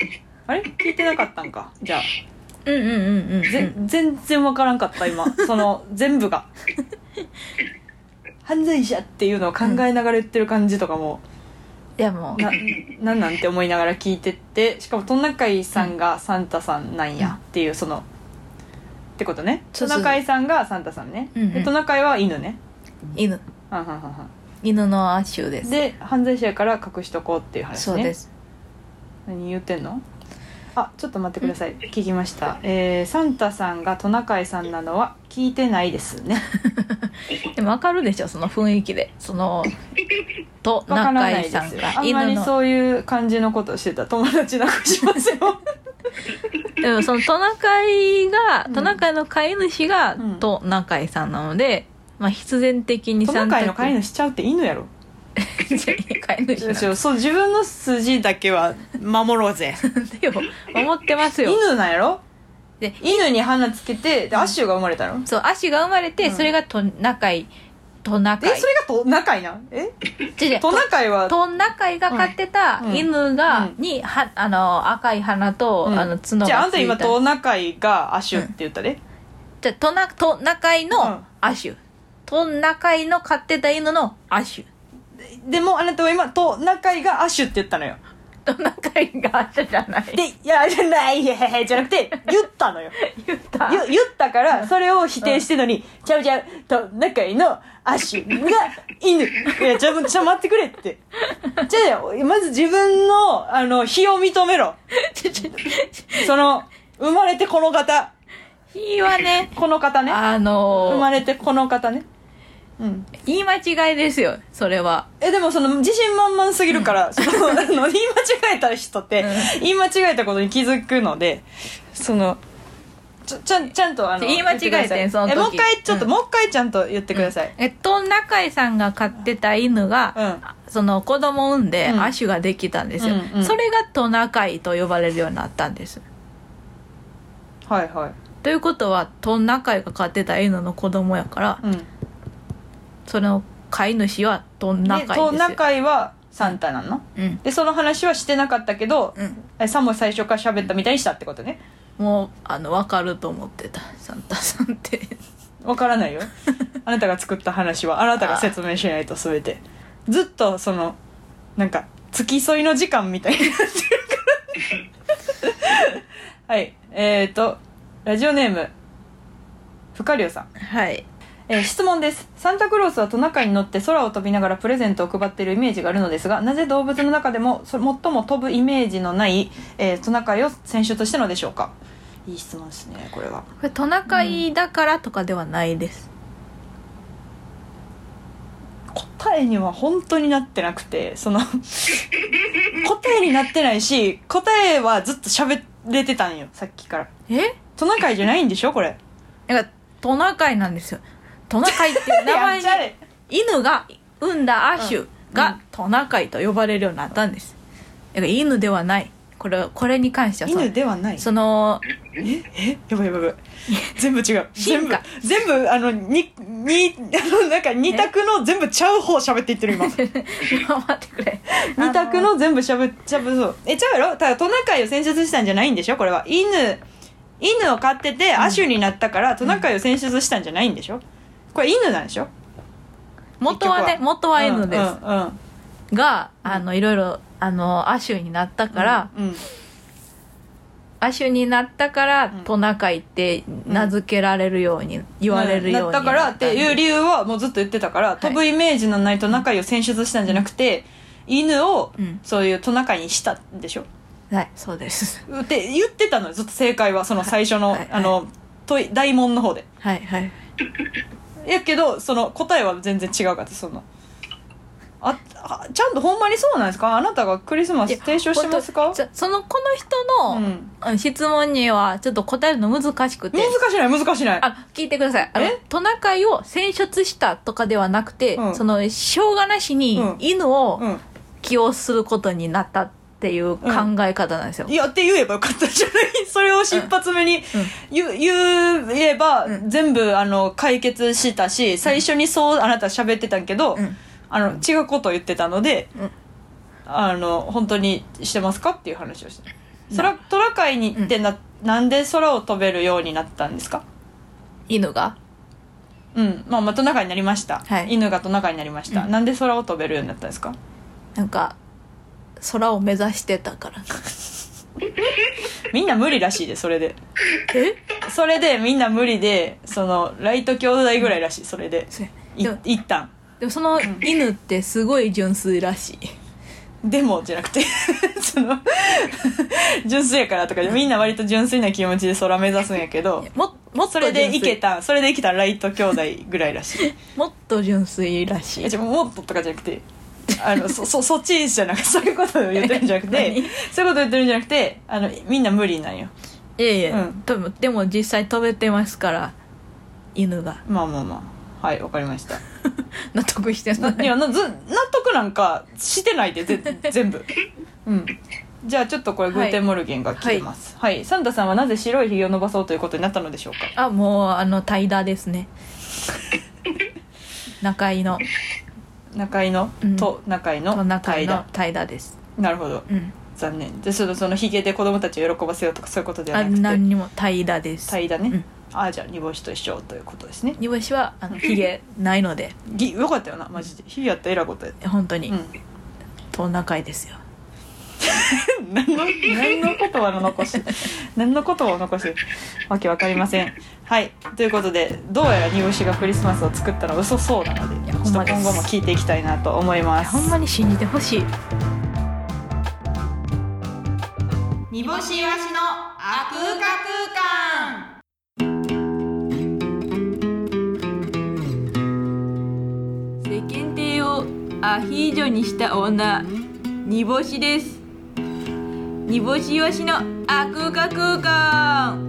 Speaker 1: あれ聞いてなかったんかじゃあ
Speaker 2: うんう んうんうん、
Speaker 1: ぜ、全然わからんか った今その全部が犯罪者っていうのを考えながら言ってる感じとかも、
Speaker 2: いやもう
Speaker 1: ななんなんて思いながら聞いてってしかもトナカイさんがサンタさんなんやっていうそのってことね
Speaker 2: そ
Speaker 1: ト
Speaker 2: うそう
Speaker 1: ナカイさんがサンタさんね、
Speaker 2: うんうん
Speaker 1: でトナカイは犬ね
Speaker 2: 犬
Speaker 1: はんはんはんはん
Speaker 2: 犬の亜種です
Speaker 1: で犯罪者やから隠しとこうっていう話ね
Speaker 2: そうです
Speaker 1: 何言ってんのあちょっと待ってください聞きました、えーサンタさんがトナカイさんなのは聞いてないですね
Speaker 2: でも分かるでしょその雰囲気で そのと
Speaker 1: わから
Speaker 2: 中
Speaker 1: な
Speaker 2: 井
Speaker 1: いで
Speaker 2: さん
Speaker 1: すよ
Speaker 2: が
Speaker 1: あんま
Speaker 2: 犬
Speaker 1: り
Speaker 2: の
Speaker 1: そういう感じのことをしてた友達なくします よ
Speaker 2: でもそのトナカイが、
Speaker 1: うん
Speaker 2: トナカイの飼い主が、
Speaker 1: うん
Speaker 2: と中井さんなので、まあ、必然的に
Speaker 1: トナカイの飼い
Speaker 2: い
Speaker 1: 主ちゃうって犬やろ
Speaker 2: 主 飼い主なん
Speaker 1: そうそう自分の筋だけは守ろう ぜ
Speaker 2: でよ思ってますよ
Speaker 1: 犬なんやろ
Speaker 2: で
Speaker 1: 犬に花つけてでアッシュが生まれたの
Speaker 2: そう足が生まれて、
Speaker 1: うん
Speaker 2: それがトナカイトナ
Speaker 1: え
Speaker 2: カイ
Speaker 1: それがトナカイなんえ
Speaker 2: 違う違う
Speaker 1: トナカイは
Speaker 2: トナカイが飼ってた
Speaker 1: うん
Speaker 2: 犬が、
Speaker 1: うん
Speaker 2: にはあの赤い鼻と、
Speaker 1: うん
Speaker 2: あの角がついた
Speaker 1: じゃああんた今トナカイがアッシュって言ったで、
Speaker 2: じゃあトナトナカイ
Speaker 1: うん
Speaker 2: の亜種、トナカイの飼ってた犬の亜種
Speaker 1: でもあなたは今トナカイがアッシュって言ったのよ
Speaker 2: トナカイが亜種じゃない
Speaker 1: で、いや、じゃない、いやいやいやじゃなくて、言ったのよ。
Speaker 2: 言った
Speaker 1: ゆ言ったから、それを否定してるのに、ちゃうちゃう、と、仲いいの、アシュが、犬。 いや、ちょ、ちょ、待ってくれって。じゃあ、まず自分の、 あの、非を認めろ。その、生まれてこの方、
Speaker 2: ひはね、
Speaker 1: この方ね
Speaker 2: あ
Speaker 1: 生ま
Speaker 2: の
Speaker 1: れてこの方ねうん
Speaker 2: 言い間違いですよ、それは。
Speaker 1: えでもその自信満々すぎるから、そのあの言い間違えた人って、
Speaker 2: う
Speaker 1: 言い間違えたことに気づくのでそのちょちゃんちゃんとあの
Speaker 2: 言い間違えて
Speaker 1: 言って
Speaker 2: ん
Speaker 1: ください
Speaker 2: その時
Speaker 1: えもう一回ちょっと、
Speaker 2: うん
Speaker 1: もう一回ちゃんと言ってください、
Speaker 2: えっと、中井さんが飼ってた犬が、
Speaker 1: うん
Speaker 2: その子供を産んで
Speaker 1: うん
Speaker 2: 亜種ができたんですよ、
Speaker 1: うんうん
Speaker 2: それがトナカイと呼ばれるようになったんです
Speaker 1: はいはい
Speaker 2: ということはトナカイが飼ってた犬の子供やから
Speaker 1: うん
Speaker 2: その飼い主はトナカイですよ
Speaker 1: トナカイはサンタなの
Speaker 2: うん
Speaker 1: でその話はしてなかったけど、
Speaker 2: うん
Speaker 1: えサンも最初から喋ったみたいにしたってことね
Speaker 2: もうあの分かると思ってたサンタさんって
Speaker 1: わからないよあなたが作った話はあなたが説明しないと全てずっとそのなんか付き添いの時間みたいになってるからねはいえっ、ー、とラジオネームふかりょうさん、
Speaker 2: はい
Speaker 1: えー質問ですサンタクロースはトナカイに乗って空を飛びながらプレゼントを配っているイメージがあるのですがなぜ動物の中でもそ最も飛ぶイメージのない、えートナカイを選手としたのでしょうかいい質問ですねこれは
Speaker 2: これトナカイだからとかではないです、
Speaker 1: 答えには本当になってなくてその 答えになってないし答えはずっと喋れてたんよさっきから
Speaker 2: え
Speaker 1: トナカイじゃないんでしょこれ
Speaker 2: なんかトナカイなんですよトナカイって いう名前に
Speaker 1: やっちゃえ
Speaker 2: 犬が産んだ亜種がトナカイと呼ばれるようになったんですだから犬ではないこれこれに関してはそ
Speaker 1: 犬
Speaker 2: の
Speaker 1: ではない
Speaker 2: その
Speaker 1: ええやばいやばいやばい全部違う全
Speaker 2: 進
Speaker 1: 部
Speaker 2: 化
Speaker 1: 全部あのににあのなんか二択の全部ちゃう方喋っていってる今
Speaker 2: 今待ってくれ
Speaker 1: 二択
Speaker 2: あ
Speaker 1: の全部しゃぶしゃぶそうえちゃうやろただトナカイを選出したんじゃないんでしょこれは犬犬を飼ってて亜種になったから、トナカイを選出したんじゃないんでしょこれ犬なんでしょ
Speaker 2: 元はね
Speaker 1: 一
Speaker 2: 元は犬で
Speaker 1: う
Speaker 2: す、
Speaker 1: んうんうん
Speaker 2: があのいろいろあの亜種になったから、
Speaker 1: うん
Speaker 2: 亜種になったから、
Speaker 1: ん
Speaker 2: トナカイって名付けられるように、言われるように
Speaker 1: なったからっていう理
Speaker 2: 理
Speaker 1: 由はもうずっと言ってたから、飛ぶイメージのないトナカイを選出したんじゃなくて、犬を
Speaker 2: うん
Speaker 1: そういうトナカイにしたんでしょ
Speaker 2: はいそうです
Speaker 1: って言ってたのよずっと正解はその最初の、
Speaker 2: はいはい
Speaker 1: あの問い大問の方で
Speaker 2: はいはい
Speaker 1: やけどその答えは全然違うかったそのああちゃんとほんまにそうなんですかあなたがクリスマス提唱してます
Speaker 2: い
Speaker 1: か
Speaker 2: やほんとじゃそのこの
Speaker 1: う
Speaker 2: 人の、
Speaker 1: ん
Speaker 2: うん質問にはちょっと答えるの難しくて
Speaker 1: 難しない難しない
Speaker 2: あ聞いてくださいあの
Speaker 1: え
Speaker 2: トナカイを選出したとかではなくて、
Speaker 1: うん
Speaker 2: そのしょうがなしに
Speaker 1: うん
Speaker 2: 犬を
Speaker 1: うん
Speaker 2: 起用することになったっていう考え方なんですよ、
Speaker 1: いやって言えばよかったじゃない それを一発目に言,、う言えば、
Speaker 2: うん
Speaker 1: 全部あの解決したし最初にそうあなた喋ってたんけど、
Speaker 2: うん
Speaker 1: あの違うことを言ってたので、
Speaker 2: うん
Speaker 1: あの本当にしてますかっていう話をした空トラカイにってな,、なんで空を飛べるようになったんですか
Speaker 2: 犬が
Speaker 1: うんまあ、まあトナカイになりました、
Speaker 2: はい
Speaker 1: 犬がトナカイになりました、
Speaker 2: うん
Speaker 1: なんで空を飛べるようになったんですか
Speaker 2: なんか空を目指してたから
Speaker 1: みんな無理らしいでそれで
Speaker 2: え
Speaker 1: それでみんな無理でそのライト兄弟ぐらいらしいそれで
Speaker 2: そう
Speaker 1: い
Speaker 2: でも
Speaker 1: 一旦
Speaker 2: でもその犬ってすごい純粋らしい
Speaker 1: でもじゃなくて その純粋やからとかでみんな割と純粋な気持ちで空目指すんやけど
Speaker 2: ももっと
Speaker 1: それで
Speaker 2: 純
Speaker 1: い
Speaker 2: 粋
Speaker 1: けたそれでいけたライト兄弟ぐらいらし い
Speaker 2: もっと純粋らしい
Speaker 1: えじゃあもっととかじゃなくてあのそ そそっちじゃなくてそういうことを言ってるんじゃなくて
Speaker 2: 何
Speaker 1: そういうこと言ってるんじゃなくてあのみんな無理なんよ
Speaker 2: いやいや、
Speaker 1: うん
Speaker 2: でもでも実際飛べてますから犬が
Speaker 1: まあまあまあはいわかりま した
Speaker 2: 納得してない
Speaker 1: いやなず納得なんかしてないでぜ全部うんじゃあちょっとこれグーテンモルゲンが来てますはい、サンタさんはなぜ白いひげを伸ばそうということになったのでしょうか
Speaker 2: あもうあの怠惰で すね中井の
Speaker 1: 中井の、
Speaker 2: うん
Speaker 1: と中井の
Speaker 2: 中井
Speaker 1: 対
Speaker 2: の
Speaker 1: 談
Speaker 2: 怠惰です、
Speaker 1: なるほど
Speaker 2: うん、
Speaker 1: 残念でそのそのひげで子供たちを喜ばせようとかそういうことで
Speaker 2: あ
Speaker 1: はなくて
Speaker 2: 何にも怠惰です
Speaker 1: 対だね、
Speaker 2: うん
Speaker 1: あじゃあ煮干しと一緒ということですね
Speaker 2: 煮干しはあのヒゲないので
Speaker 1: ぎよかったよなマジでひげやったらえらいことや
Speaker 2: 本当に、
Speaker 1: うん
Speaker 2: トナカイですよ
Speaker 1: 何の何の言葉の残 し何の言葉を残しわけわかりませんはいということでどうやら煮干しがクリスマスを作ったのは嘘そうなの
Speaker 2: い
Speaker 1: で
Speaker 2: やほん
Speaker 1: ちょ
Speaker 2: ま
Speaker 1: っ
Speaker 2: で
Speaker 1: と
Speaker 2: す
Speaker 1: 今後も聞いていきたいなと思います
Speaker 2: ほんまに信じてほしい
Speaker 3: 煮干しわしのあ空か空間
Speaker 2: アヒージョにした女煮干しです煮干しイワシのあくうか空間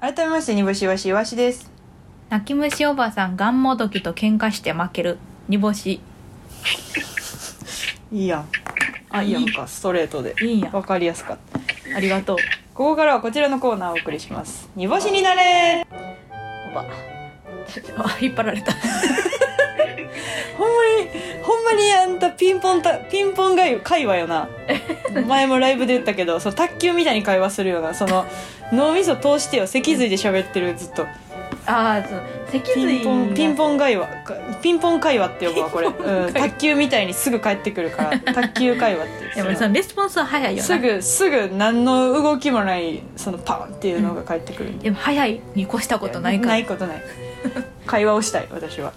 Speaker 1: 改めまして煮干しわしわしです
Speaker 2: 泣き虫おばさんがんもどきと喧嘩して負ける煮干し
Speaker 1: いいやん
Speaker 2: あ
Speaker 1: いいやんかストレートで
Speaker 2: いいんや
Speaker 1: わかりやすかった
Speaker 2: ありがとう
Speaker 1: ここからはこちらのコーナーをお送りします煮干しになれ
Speaker 2: おばあ引っ張られた
Speaker 1: ほんまにほんまにあんたピンポンたピンポンがい会話よ な前もライブで言ったけどその卓球みたいに会話するようなその脳みそ通してよ脊髄で喋ってるずっと
Speaker 2: ああそう脊
Speaker 1: ピ
Speaker 2: 髄
Speaker 1: ンポンピン
Speaker 2: ン
Speaker 1: ポン会話かピンポン会話って呼ぶわこれ、うん、卓球みたいにすぐ帰ってくるから 卓球会話って
Speaker 2: でも
Speaker 1: そ
Speaker 2: そ
Speaker 1: の
Speaker 2: のレスポンスは早いよな
Speaker 1: すぐすぐ何の動きもないそのパンっていうのが返ってくるんで、
Speaker 2: でも早いに越したことないから
Speaker 1: ないことない会話をしたい私は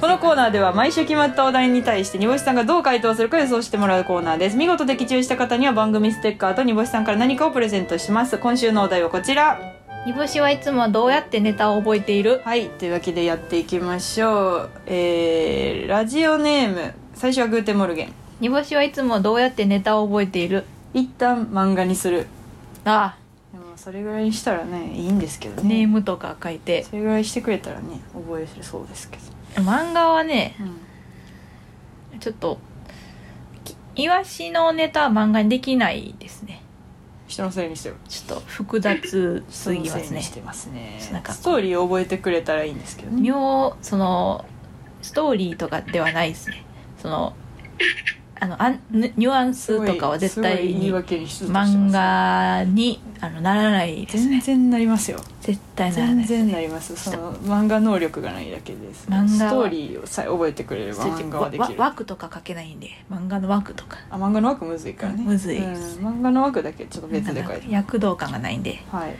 Speaker 1: このコーナーでは毎週決まったお題に対して煮干しさんがどう回答するか予想してもらうコーナーです見事的中した方には番組ステッカーと煮干しさんから何かをプレゼントします今週のお題はこちら
Speaker 2: 煮干しはいつもどうやってネタを覚えている
Speaker 1: はいというわけでやっていきましょうえー、ラジオネーム最初はグーテンモルゲン
Speaker 2: 煮干しはいつもどうやってネタを覚えている
Speaker 1: 一旦漫画にする
Speaker 2: あ
Speaker 1: でもそれぐらいにしたらねいいんですけど
Speaker 2: あネ
Speaker 1: ね
Speaker 2: ームとか書いて
Speaker 1: それぐらいしてくれたらね覚えるそうですけど、
Speaker 2: 漫画はねちょっときイワシのネタは漫画にできないですね
Speaker 1: 人のせいにしてよ
Speaker 2: ちょっと複雑すぎます
Speaker 1: 人のせいに
Speaker 2: ね
Speaker 1: してますね
Speaker 2: なんか
Speaker 1: ストーリーを覚えてくれたらいいんですけどね
Speaker 2: 妙そのストーリーとかではないですねそのあのあんニュアンスとかは絶
Speaker 1: す
Speaker 2: 対
Speaker 1: ごい言い
Speaker 2: に
Speaker 1: 訳にしようとして
Speaker 2: 漫
Speaker 1: ます
Speaker 2: 画にあのならないです
Speaker 1: 全然なりますよ
Speaker 2: 絶対ならな
Speaker 1: 全
Speaker 2: い
Speaker 1: 然なりますその漫画能力がないだけです
Speaker 2: 漫画は
Speaker 1: ストーリーをさえ覚えてくれれば漫画はできる
Speaker 2: わ枠とか書けないんで漫画の枠とか
Speaker 1: あ漫画の枠むずいからね
Speaker 2: むずい
Speaker 1: うん漫画の枠だけちょっと別で書いて
Speaker 2: 躍動感がないんで
Speaker 1: はい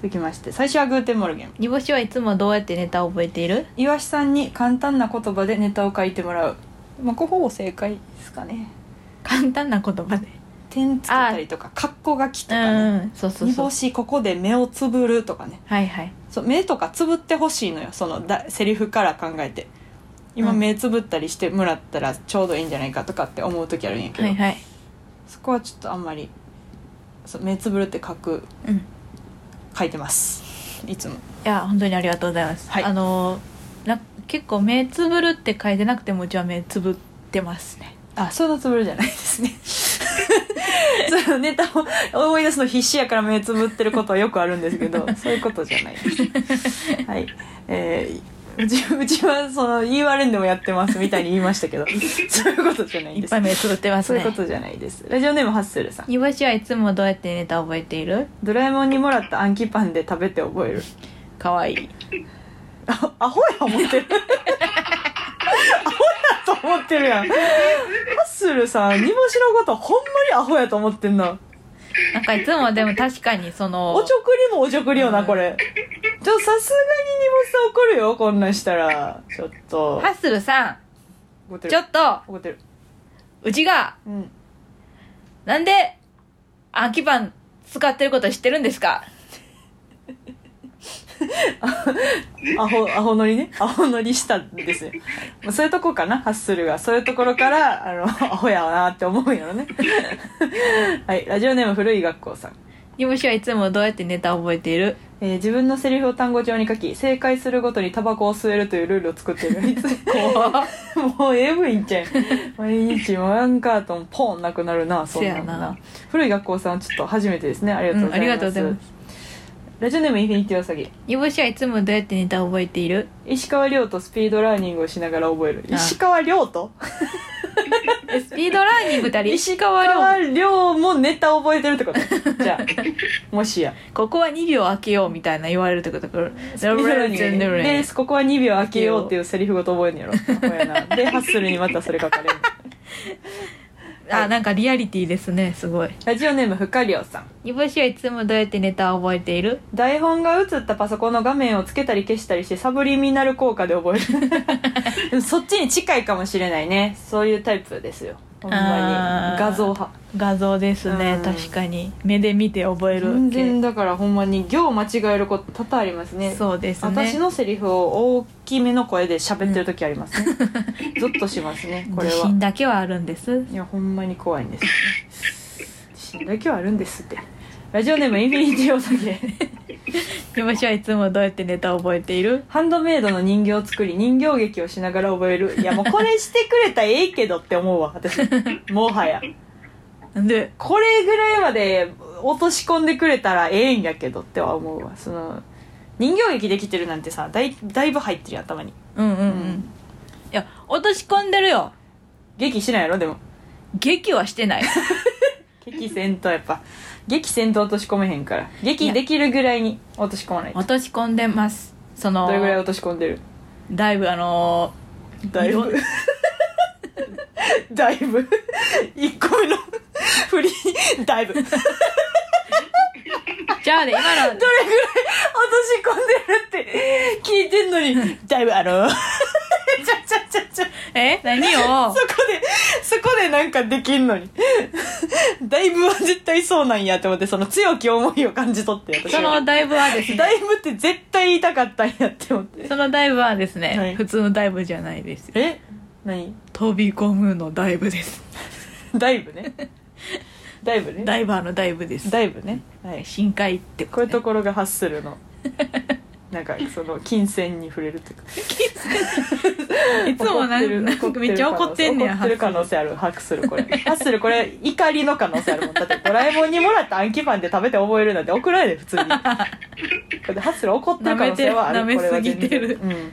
Speaker 1: 続きまして最初はグーテンモルゲン
Speaker 2: 煮干しはいつもどうやってネタを覚えている
Speaker 1: 岩井さんに簡単な言葉でネタを書いてもらうまあこれほぼ正解ですかね
Speaker 2: 簡単な言葉で
Speaker 1: 点つけたりとかカッコ書きと
Speaker 2: う
Speaker 1: かね
Speaker 2: んそうそう
Speaker 1: 煮
Speaker 2: そう
Speaker 1: 干しここで目をつぶるとかね
Speaker 2: はいはい
Speaker 1: そう目とかつぶってほしいのよそのだセリフから考えて今
Speaker 2: うん
Speaker 1: 目つぶったりしてもらったらちょうどいいんじゃないかとかって思う時あるんやけど、
Speaker 2: はいはい
Speaker 1: そこはちょっとあんまりそう目つぶるって書く
Speaker 2: うんい
Speaker 1: 書いてますいつも
Speaker 2: や本当にありがとうございます、
Speaker 1: はい
Speaker 2: あのーな結構目つぶるって書いてなくてもうちは目つぶってますね
Speaker 1: あそんなつぶるじゃないですね そのネタを思い出すの必死やから目つぶってることはよくあるんですけ どそういうことじゃないですはいえーうちうちはその言われんでもやってますみたいに言いましたけ どそういうことじゃないん
Speaker 2: い
Speaker 1: で
Speaker 2: っ
Speaker 1: す
Speaker 2: ぱい目つぶってます
Speaker 1: そういう
Speaker 2: ね
Speaker 1: ことじゃないですラジオネームハッスルさん
Speaker 2: 煮干しはいつもどうやってネタを覚えている
Speaker 1: ドラえもんにもらった暗記パンで食べて覚える
Speaker 2: かわいい
Speaker 1: あアホや思ってるアホやと思ってるやんハッスルさん煮干しのことほんまにアホやと思ってんな
Speaker 2: なんかいつもでも確かにその
Speaker 1: おちょくりもおちょくりよ
Speaker 2: う
Speaker 1: なんこれちょさすがに煮干しさん怒るよこんなんしたらちょっと
Speaker 2: ハッスルさ
Speaker 1: 怒って
Speaker 2: ん
Speaker 1: る
Speaker 2: ちょっと
Speaker 1: 怒ってる
Speaker 2: うちが
Speaker 1: うん
Speaker 2: なんで空き缶使ってること知ってるんですか
Speaker 1: アホ、アホ乗りね。アホ乗りしたんですよ。もうそういうとこかな、ハッスルが。そういうところから、あの、アホやなって思うんや ろね。はい、ラジオネーム古い学校さん。
Speaker 2: 煮干しはいつもどうやってネタを覚えている
Speaker 1: えー自分のセリフを単語帳に書き、正解するごとにタバコを吸えるというルールを作っている。いつ
Speaker 2: 怖っ
Speaker 1: もう AV いっちゃえ。毎日ワンカートンポンなくなるな、そんなの
Speaker 2: せやな
Speaker 1: 古い学校さん、ちょっと初めてですね。ありがとうございます。。
Speaker 2: うんありがとうございます
Speaker 1: ラジオネームインフィニティウサギ。
Speaker 2: 煮干しはいつもどうやってネタを覚えている
Speaker 1: 石川亮とスピードラーニングをしながら覚える。
Speaker 2: あ
Speaker 1: 石川亮と
Speaker 2: スピードラーニングた り
Speaker 1: 石川亮もネタ覚えてるって ことじゃあもしや
Speaker 2: ここは2秒開けようみたいな言われるってことこれ
Speaker 1: レースここは2秒開けようっていうセリフごと覚えんのや ろアホやなでハッスルにまたそれ書かれる
Speaker 2: あなんかリアリティですねすごい
Speaker 1: ラジオネームふかりょうさん
Speaker 2: 煮干しはいつもどうやってネタを覚えている
Speaker 1: 台本が映ったパソコンの画面をつけたり消したりしてサブリミ ナル効果で覚えるでもそっちに近いかもしれないねそういうタイプですよほんまに
Speaker 2: あー
Speaker 1: 画像派
Speaker 2: 画像ですね、
Speaker 1: うん
Speaker 2: 確かに目で見て覚える
Speaker 1: 全然
Speaker 2: 系
Speaker 1: だからほんまに行間違えること多々ありますね
Speaker 2: そうですね
Speaker 1: 私のセリフを大きめの声で喋ってる時あります ね、ゾッとしますねこれ
Speaker 2: 自
Speaker 1: は
Speaker 2: 信だけはあるんです
Speaker 1: いやほんまに怖いんですよね自信だけはあるんですってラジオネームインフィニティおたけ
Speaker 2: でもしはいつもどうやってネタ覚えている
Speaker 1: ハンドメイドの人形を作り人形劇をしながら覚えるいやもうこれしてくれたらええけどって思うわ 私もはや
Speaker 2: なんで
Speaker 1: これぐらいまで落とし込んでくれたらええんやけどっては思うわその人形劇できてるなんてさだいだいぶ入ってるやん頭に
Speaker 2: うんうんうん、
Speaker 1: うん
Speaker 2: いや落とし込んでるよ
Speaker 1: 劇しないやろでも
Speaker 2: 劇はしてない
Speaker 1: 劇戦闘やっぱ劇戦闘落とし込めへんから
Speaker 2: い
Speaker 1: 劇
Speaker 2: や
Speaker 1: できるぐらいに落とし込まないと
Speaker 2: 落とし込んでますその
Speaker 1: どれぐらい落とし込んでる
Speaker 2: だいぶあの
Speaker 1: だいぶだいぶ1個目の振りだいぶどれぐらい
Speaker 2: ーじゃあね 今の
Speaker 1: 落とし込んでるって聞いてんのにだいぶあのちゃちゃちゃちゃ
Speaker 2: え何を
Speaker 1: そこでそこでなんかできんのにだいぶは絶対そうなんやって思ってその強き思いを感じ取って私は
Speaker 2: そのだいぶはですね
Speaker 1: だいぶって絶対言いたかったんやって思って
Speaker 2: そのダイブはですね、
Speaker 1: はい
Speaker 2: 普通のダイブじゃないですよ
Speaker 1: え何
Speaker 2: 飛び込むのダイブです
Speaker 1: だいぶねだいぶね
Speaker 2: ダイバーのダイブです
Speaker 1: だいぶねはい
Speaker 2: 深海って
Speaker 1: こういう
Speaker 2: ね
Speaker 1: ところが発する のなんかその金銭に触れるというか
Speaker 2: いつも
Speaker 1: 怒っ
Speaker 2: な
Speaker 1: てる
Speaker 2: んかめっちゃ怒ってんねや
Speaker 1: 怒ってる可能性あるハックするこれハッスルこれ怒りの可能性あるもんだってドラえもんにもらった暗記パンで食べて覚えるなんて送らないで普 通にこれでハッスル怒ってる可能性はある
Speaker 2: 舐めてる
Speaker 1: これは全然
Speaker 2: 舐めすぎてる
Speaker 1: うん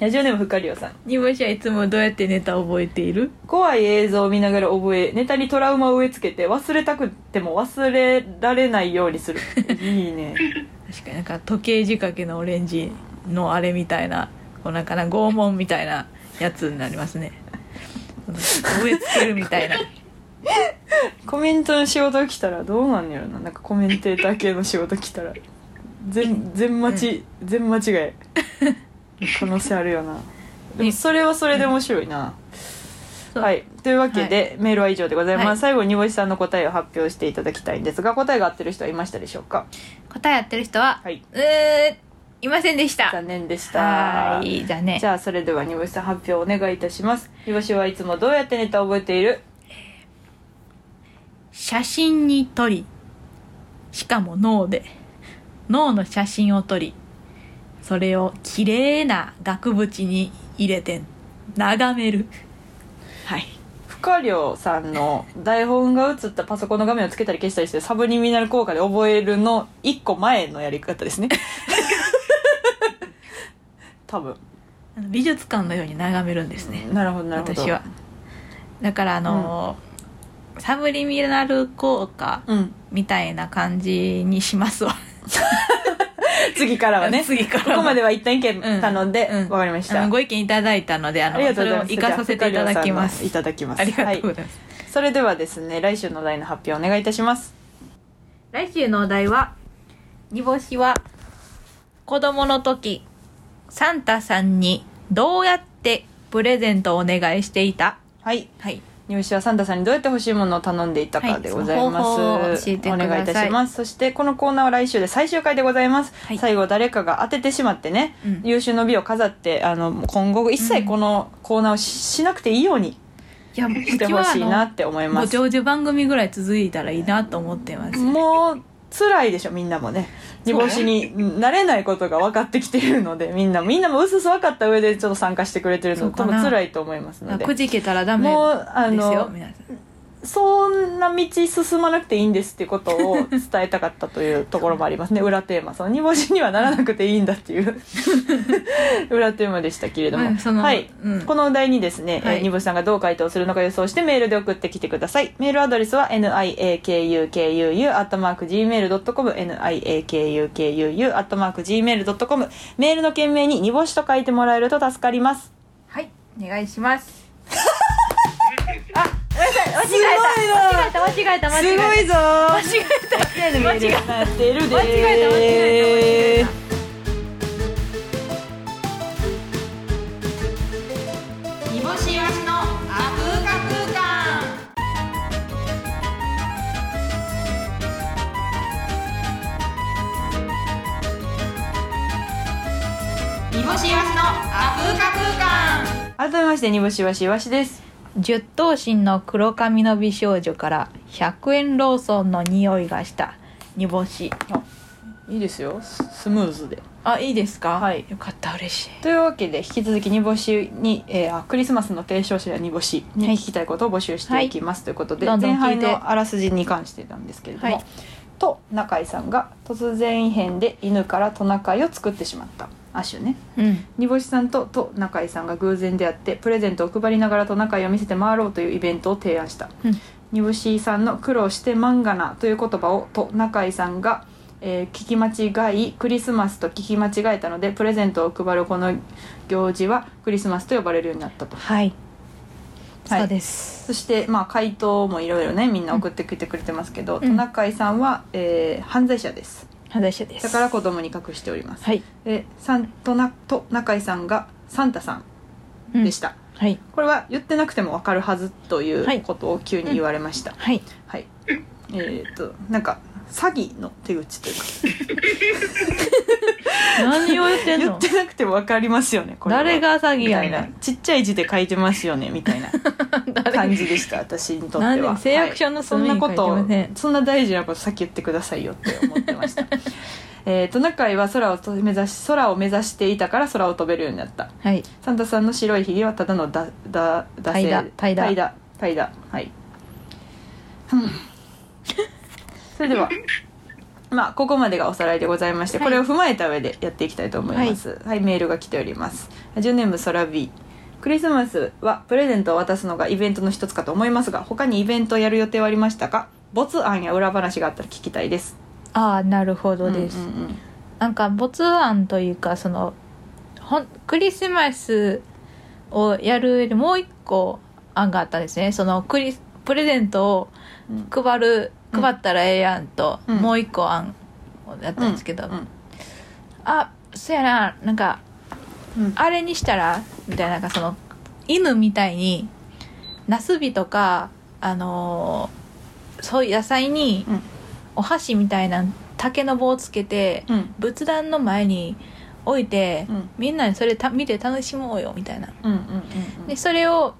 Speaker 1: ラジオネームふかりおさん
Speaker 2: 煮干しはいつもどうやってネタ覚えている
Speaker 1: 怖い映像を見ながら覚えネタにトラウマを植え付けて忘れたくても忘れられないように するいいね
Speaker 2: 確かになんか時計仕掛けのオレンジのあれみたいなこうなんかな拷問みたいなやつになりますね植え付けるみたい な
Speaker 1: コメントの仕事来たらどうなんやろななんかコメンテーター系の仕事来たら全全間ち、全間違 い可能性あるよなでもそれはそれで面白いな、
Speaker 2: そう
Speaker 1: はいというわけで、メールは以上でございます、
Speaker 2: はい
Speaker 1: 最後にぼしさんの答えを発表していただきたいんですが答えが合ってる人はいましたでしょうか
Speaker 2: 答えやってる人は、
Speaker 1: はい、
Speaker 2: うーいませんでした
Speaker 1: 残念でした
Speaker 2: はいじゃあね
Speaker 1: じゃあそれでは煮干しさん発表お願いいたします煮干しはいつもどうやってネタを覚えている
Speaker 2: 写真に撮りしかも脳で脳の写真を撮りそれを綺麗な額縁に入れて眺めるはい
Speaker 1: 不可量さんの台本が映ったパソコンの画面をつけたり消したりしてサブリミナル効果で覚えるの1個前のやり方 ですね多分
Speaker 2: あの美術館のように眺めるんですね、
Speaker 1: なるほどなるほど
Speaker 2: 私はだからあのーサブリミナル効果
Speaker 1: うん
Speaker 2: みたいな感じにしますわ、
Speaker 1: 次からはね
Speaker 2: 次から
Speaker 1: ここまで
Speaker 2: は
Speaker 1: は一旦意見
Speaker 2: うん
Speaker 1: 頼んで、
Speaker 2: うん
Speaker 1: わかりまし
Speaker 2: あ
Speaker 1: た
Speaker 2: のご意見いただいたのであの
Speaker 1: ありがと
Speaker 2: そう
Speaker 1: ご
Speaker 2: れ
Speaker 1: ざい
Speaker 2: を
Speaker 1: ます
Speaker 2: 生かさせていただきま
Speaker 1: じゃあ不可量さんのい
Speaker 2: す
Speaker 1: ただきます
Speaker 2: ありがとうご
Speaker 1: はい、
Speaker 2: ざいます、
Speaker 1: それではですね来週のお題の発表お願いいたします
Speaker 2: 来週のお題は「煮干しは子供の時サンタさんにどうやってプレゼントをお願いしていた?
Speaker 1: はい」
Speaker 2: はい
Speaker 1: 入試はサンタさんにどうやって欲しいものを頼んでいたかでございます、
Speaker 2: はいその方法を教えてください
Speaker 1: お願いいたしますそしてこのコーナーは来週で最終回でございます、
Speaker 2: はい
Speaker 1: 最後誰かが当ててしまってね、
Speaker 2: うん
Speaker 1: 優秀の美を飾ってあの今後一切このコーナーをし,、なくていいように
Speaker 2: いやもうう
Speaker 1: して
Speaker 2: ち
Speaker 1: ほ
Speaker 2: はあ
Speaker 1: しいな
Speaker 2: の
Speaker 1: って思い
Speaker 2: も
Speaker 1: ま
Speaker 2: う
Speaker 1: す
Speaker 2: 長寿番組ぐらい続いたらいいなと思ってます、
Speaker 1: もう辛いでしょみんなもね煮干しに慣れないことが分かってきているのでみんなみんなもうすうす分かった上でちょっと参加してくれてる
Speaker 2: そ
Speaker 1: の
Speaker 2: う
Speaker 1: と
Speaker 2: か
Speaker 1: も
Speaker 2: な
Speaker 1: 辛いと思いますので
Speaker 2: くじけたらダメ
Speaker 1: もうあ
Speaker 2: ですよ
Speaker 1: の
Speaker 2: 皆さん
Speaker 1: そんな道進まなくていいんですってことを伝えたかったというところもあり ますね裏テーマその煮干しにはならなくていいんだっていう裏テーマでしたけれども、
Speaker 2: うんその
Speaker 1: はい、
Speaker 2: うん
Speaker 1: このお題にですね、
Speaker 2: はい
Speaker 1: えー煮干しさんがどう回答するのか予想してメールで送ってきてくださいメールアドレスは niakukuu.gmail.com niakukuu.gmail.com メールの件名に煮干しと書いてもらえると助かります
Speaker 2: はいお願いします
Speaker 1: 間違えた
Speaker 2: 間違えた間違えた間
Speaker 1: すご
Speaker 2: 違え
Speaker 1: いぞ間違えた間違えた間違えた間違えた
Speaker 2: た煮干しわしのあ空間空間
Speaker 1: 改めまして煮干しわしわしです
Speaker 2: 十頭身の黒髪の美少女から100円ローソンの匂いがした煮干し
Speaker 1: いいですよススムーズで
Speaker 2: あいいですか
Speaker 1: はい
Speaker 2: よかった嬉しい
Speaker 1: というわけで引き続き煮干しに、えーあクリスマスの提唱者や煮干しに聞きたいことを募集していきます、ということで
Speaker 2: どんどん
Speaker 1: 前
Speaker 2: 聞
Speaker 1: 半
Speaker 2: いて
Speaker 1: のあらすじに関してなんですけれども、
Speaker 2: はい
Speaker 1: と中井さんが突然異変で犬からトナカイを作ってしまった亜種ね
Speaker 2: うん
Speaker 1: 煮干しさんとと中井さんが偶然出会ってプレゼントを配りながらトナカイを見せて回ろうというイベントを提案した
Speaker 2: うん
Speaker 1: 煮干しさんの「苦労して漫画な」という言葉をと中井さんが、えー聞き間違いクリスマスと聞き間違えたのでプレゼントを配るこの行事はクリスマスと呼ばれるようになったと
Speaker 2: はい、
Speaker 1: はい
Speaker 2: そうです
Speaker 1: そしてまあ回答もいろいろねみんな送ってきてくれてますけど、
Speaker 2: ん
Speaker 1: トナカイさんは、えー犯罪者です
Speaker 2: 話者です
Speaker 1: だから子供に隠しております
Speaker 2: はい、
Speaker 1: でさんとなと中井さんがサンタさ
Speaker 2: うんん
Speaker 1: でした、
Speaker 2: はい
Speaker 1: これは言ってなくてもわかるはずとい
Speaker 2: はいう
Speaker 1: ことを急に言われました、
Speaker 2: はい
Speaker 1: はい。えっ、と、なんか、詐欺の手口というか、
Speaker 2: 何を言ってん
Speaker 1: 言
Speaker 2: の
Speaker 1: ってなくてもわかりますよね、これは
Speaker 2: 誰が詐欺
Speaker 1: み
Speaker 2: や
Speaker 1: た
Speaker 2: ね。
Speaker 1: いなんちっちゃい字で書いてますよね、み たいな感じでした、私にとって
Speaker 2: なん
Speaker 1: は。
Speaker 2: で誓約書の
Speaker 1: そんなこ
Speaker 2: 書いて
Speaker 1: と
Speaker 2: ません、
Speaker 1: そんな大事なことさっき言ってくださいよって思ってま した。えー、トナカイは空をと目指し空を目指していたから空を飛べるようになった
Speaker 2: はい
Speaker 1: サンタさんの白いひげはただのだだだせ
Speaker 2: 怠惰怠惰
Speaker 1: 怠惰怠惰はいうんそれではまあここまでがおさらいでございまして、
Speaker 2: はい
Speaker 1: これを踏まえた上でやっていきたいと思いますはい、メールが来ておりますラジオネームソラビークリスマスはプレゼントを渡すのがイベントの一つかと思いますが他にイベントをやる予定はありましたか没案や裏話があったら聞きたいです
Speaker 2: ああなるほどです、
Speaker 1: んんん
Speaker 2: なんか没案というかそのほんクリスマスをやるよりもう一個案があったんですねそのクリスプレゼントを
Speaker 1: うん
Speaker 2: 配る、
Speaker 1: うん
Speaker 2: 配ったらええやんと、
Speaker 1: うん
Speaker 2: もう一個案をやったんですけど、
Speaker 1: うんうん
Speaker 2: あそやななんか
Speaker 1: うん
Speaker 2: あれにしたらみたいななんかその犬みたいにナスビとかあのーそういう野菜に
Speaker 1: うん
Speaker 2: お箸みたいな竹の棒をつけて
Speaker 1: うん
Speaker 2: 仏壇の前に置いて、
Speaker 1: うん
Speaker 2: みんなにそれた見て楽しもうよみたいな
Speaker 1: うんうんうん
Speaker 2: でそれを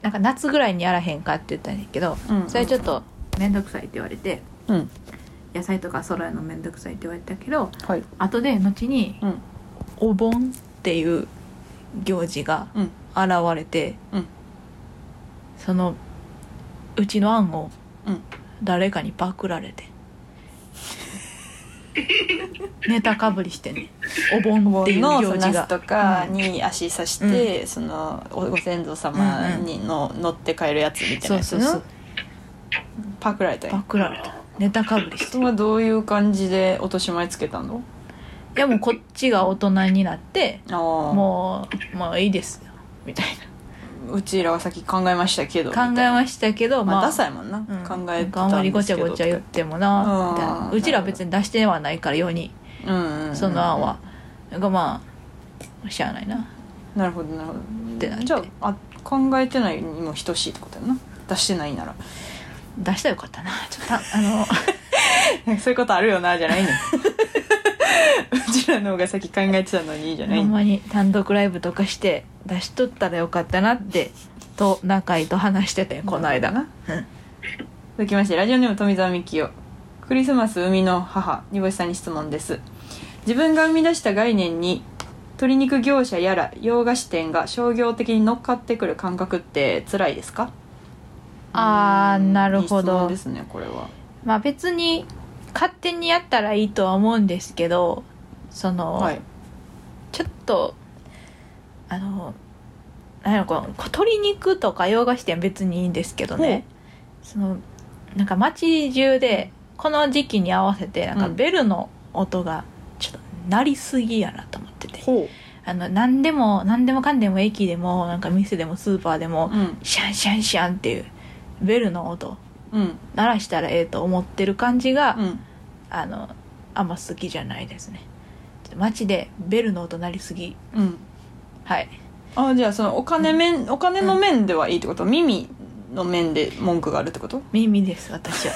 Speaker 2: なんか夏ぐらいにやらへんかって言ったんやけど、
Speaker 1: うんうん
Speaker 2: それちょっと面倒くさいって言われて
Speaker 1: うん
Speaker 2: 野菜とか揃えるの面倒くさいって言われたけど
Speaker 1: はい
Speaker 2: 後で後に
Speaker 1: うん
Speaker 2: お盆っていう行事が
Speaker 1: うん
Speaker 2: 現れて、
Speaker 1: うん
Speaker 2: そのうちの案を
Speaker 1: うん
Speaker 2: 誰かにパクら れて、ネタかぶりしてねお盆っていう
Speaker 1: の
Speaker 2: 行
Speaker 1: そのナ
Speaker 2: 事
Speaker 1: ス
Speaker 2: が
Speaker 1: とかに足さして、そのおご先祖様にの、乗って帰るやつみたいな
Speaker 2: そう
Speaker 1: やつ
Speaker 2: そ
Speaker 1: の
Speaker 2: うそう
Speaker 1: パクられた
Speaker 2: パ
Speaker 1: よ
Speaker 2: クられたネタかぶりして
Speaker 1: それはどういう感じで落とし前つけたの
Speaker 2: いやもうこっちが大人になって
Speaker 1: ああ
Speaker 2: もうもういいですよみたいう
Speaker 1: ちらはさっき考えましたけど
Speaker 2: な考え
Speaker 1: ま
Speaker 2: ましたけど
Speaker 1: まあ
Speaker 2: まあ
Speaker 1: ダサいもんな、
Speaker 2: うん
Speaker 1: 考えて
Speaker 2: あん
Speaker 1: た
Speaker 2: まり
Speaker 1: ん
Speaker 2: ご
Speaker 1: で
Speaker 2: ち
Speaker 1: す
Speaker 2: ゃ
Speaker 1: けど
Speaker 2: ごちゃ言っ
Speaker 1: とか
Speaker 2: てもなみたいな
Speaker 1: うん
Speaker 2: うちら別に出してはないから世に
Speaker 1: うんうんうん
Speaker 2: その案はなんかまあしゃあないな
Speaker 1: なるほどなるほど
Speaker 2: てなって
Speaker 1: じゃああ考えてないにも等しいってことやな出してないなら
Speaker 2: 出したらよかったな ちょっとあの
Speaker 1: そういうことあるよなじゃないねんうちらの方がさっき考えてたのにじゃない
Speaker 2: ほ
Speaker 1: ねん
Speaker 2: んまに単独ライブとかして出しとったらよかったなってと仲井と話しててこの間
Speaker 1: な続きましてラジオネーム富澤美樹代クリスマス生みの母煮干しさんに質問です自分が生み出した概念に鶏肉業者やら洋菓子店が商業的に乗っかってくる感覚って辛いですか
Speaker 2: あーなるほ
Speaker 1: いい質問
Speaker 2: ど
Speaker 1: ですねこれは
Speaker 2: まあ別に勝手にやったらいいとは思うんですけどその、
Speaker 1: はい
Speaker 2: ちょっとあのなんやろこの鶏肉とか洋菓子店別にいいんですけどねそのなんか街中でこの時期に合わせてなんか
Speaker 1: うん
Speaker 2: ベルの音がちょっと鳴りすぎやなと思ってて、
Speaker 1: ほ
Speaker 2: あの何でも何でもかんでも駅でもなんか店でもスーパーでも、
Speaker 1: うん
Speaker 2: シャンシャンシャンっていうベルの音
Speaker 1: うん
Speaker 2: 鳴らしたらええと思ってる感じが、
Speaker 1: うん
Speaker 2: あのあんま好きじゃないですねちょっと街でベルの音鳴りすぎ
Speaker 1: うん
Speaker 2: はい
Speaker 1: あじゃあそのお金面、お金の面ではいいってこと耳の面で文句があるってこと
Speaker 2: 耳です私は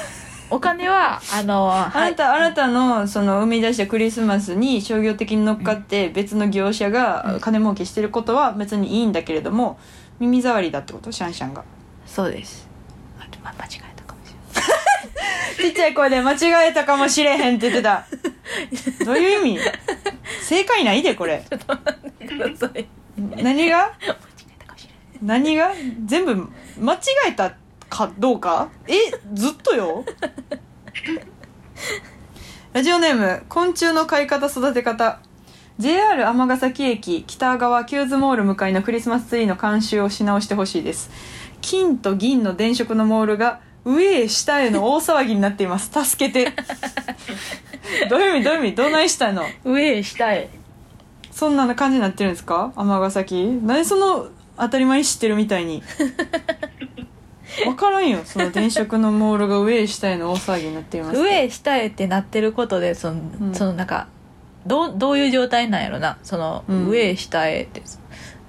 Speaker 2: お金は、あ の、
Speaker 1: あ
Speaker 2: は。
Speaker 1: ないたあなたのその生み出したクリスマスに商業的に乗っかって別の業者
Speaker 2: う
Speaker 1: が
Speaker 2: ん
Speaker 1: 金儲けしてることは別にいいんだけれども耳障りだってことシャンシャンが
Speaker 2: そうです。あまあ、間違えたかもしれない。
Speaker 1: ちっちゃい声で間違えたかもしれへんって言ってたどういう 意味正解ないでこれ
Speaker 2: ください。
Speaker 1: 何が
Speaker 2: 間違えたかもしれない。
Speaker 1: 何が全部間違えたかどうかえずっとよラジオネーム昆虫の飼い方育て方 JR 尼崎駅北側キューズモール向かいのクリスマスツリーの監修をし直してほしいです金と銀の電飾のモールが上へ下への大騒ぎになっています助けてどういう意味どういう意味どないしたの
Speaker 2: 上へ下へ。
Speaker 1: そんな感じになってるんですか尼崎何その当たり前に知ってるみたい に分からんよその電飾のモールが上へ下への大騒ぎになっています
Speaker 2: 上へ下へってなってることで、その、
Speaker 1: ん
Speaker 2: そのなんか、どう、どういう状態なんやろな。その、
Speaker 1: うん
Speaker 2: 上へ下へって、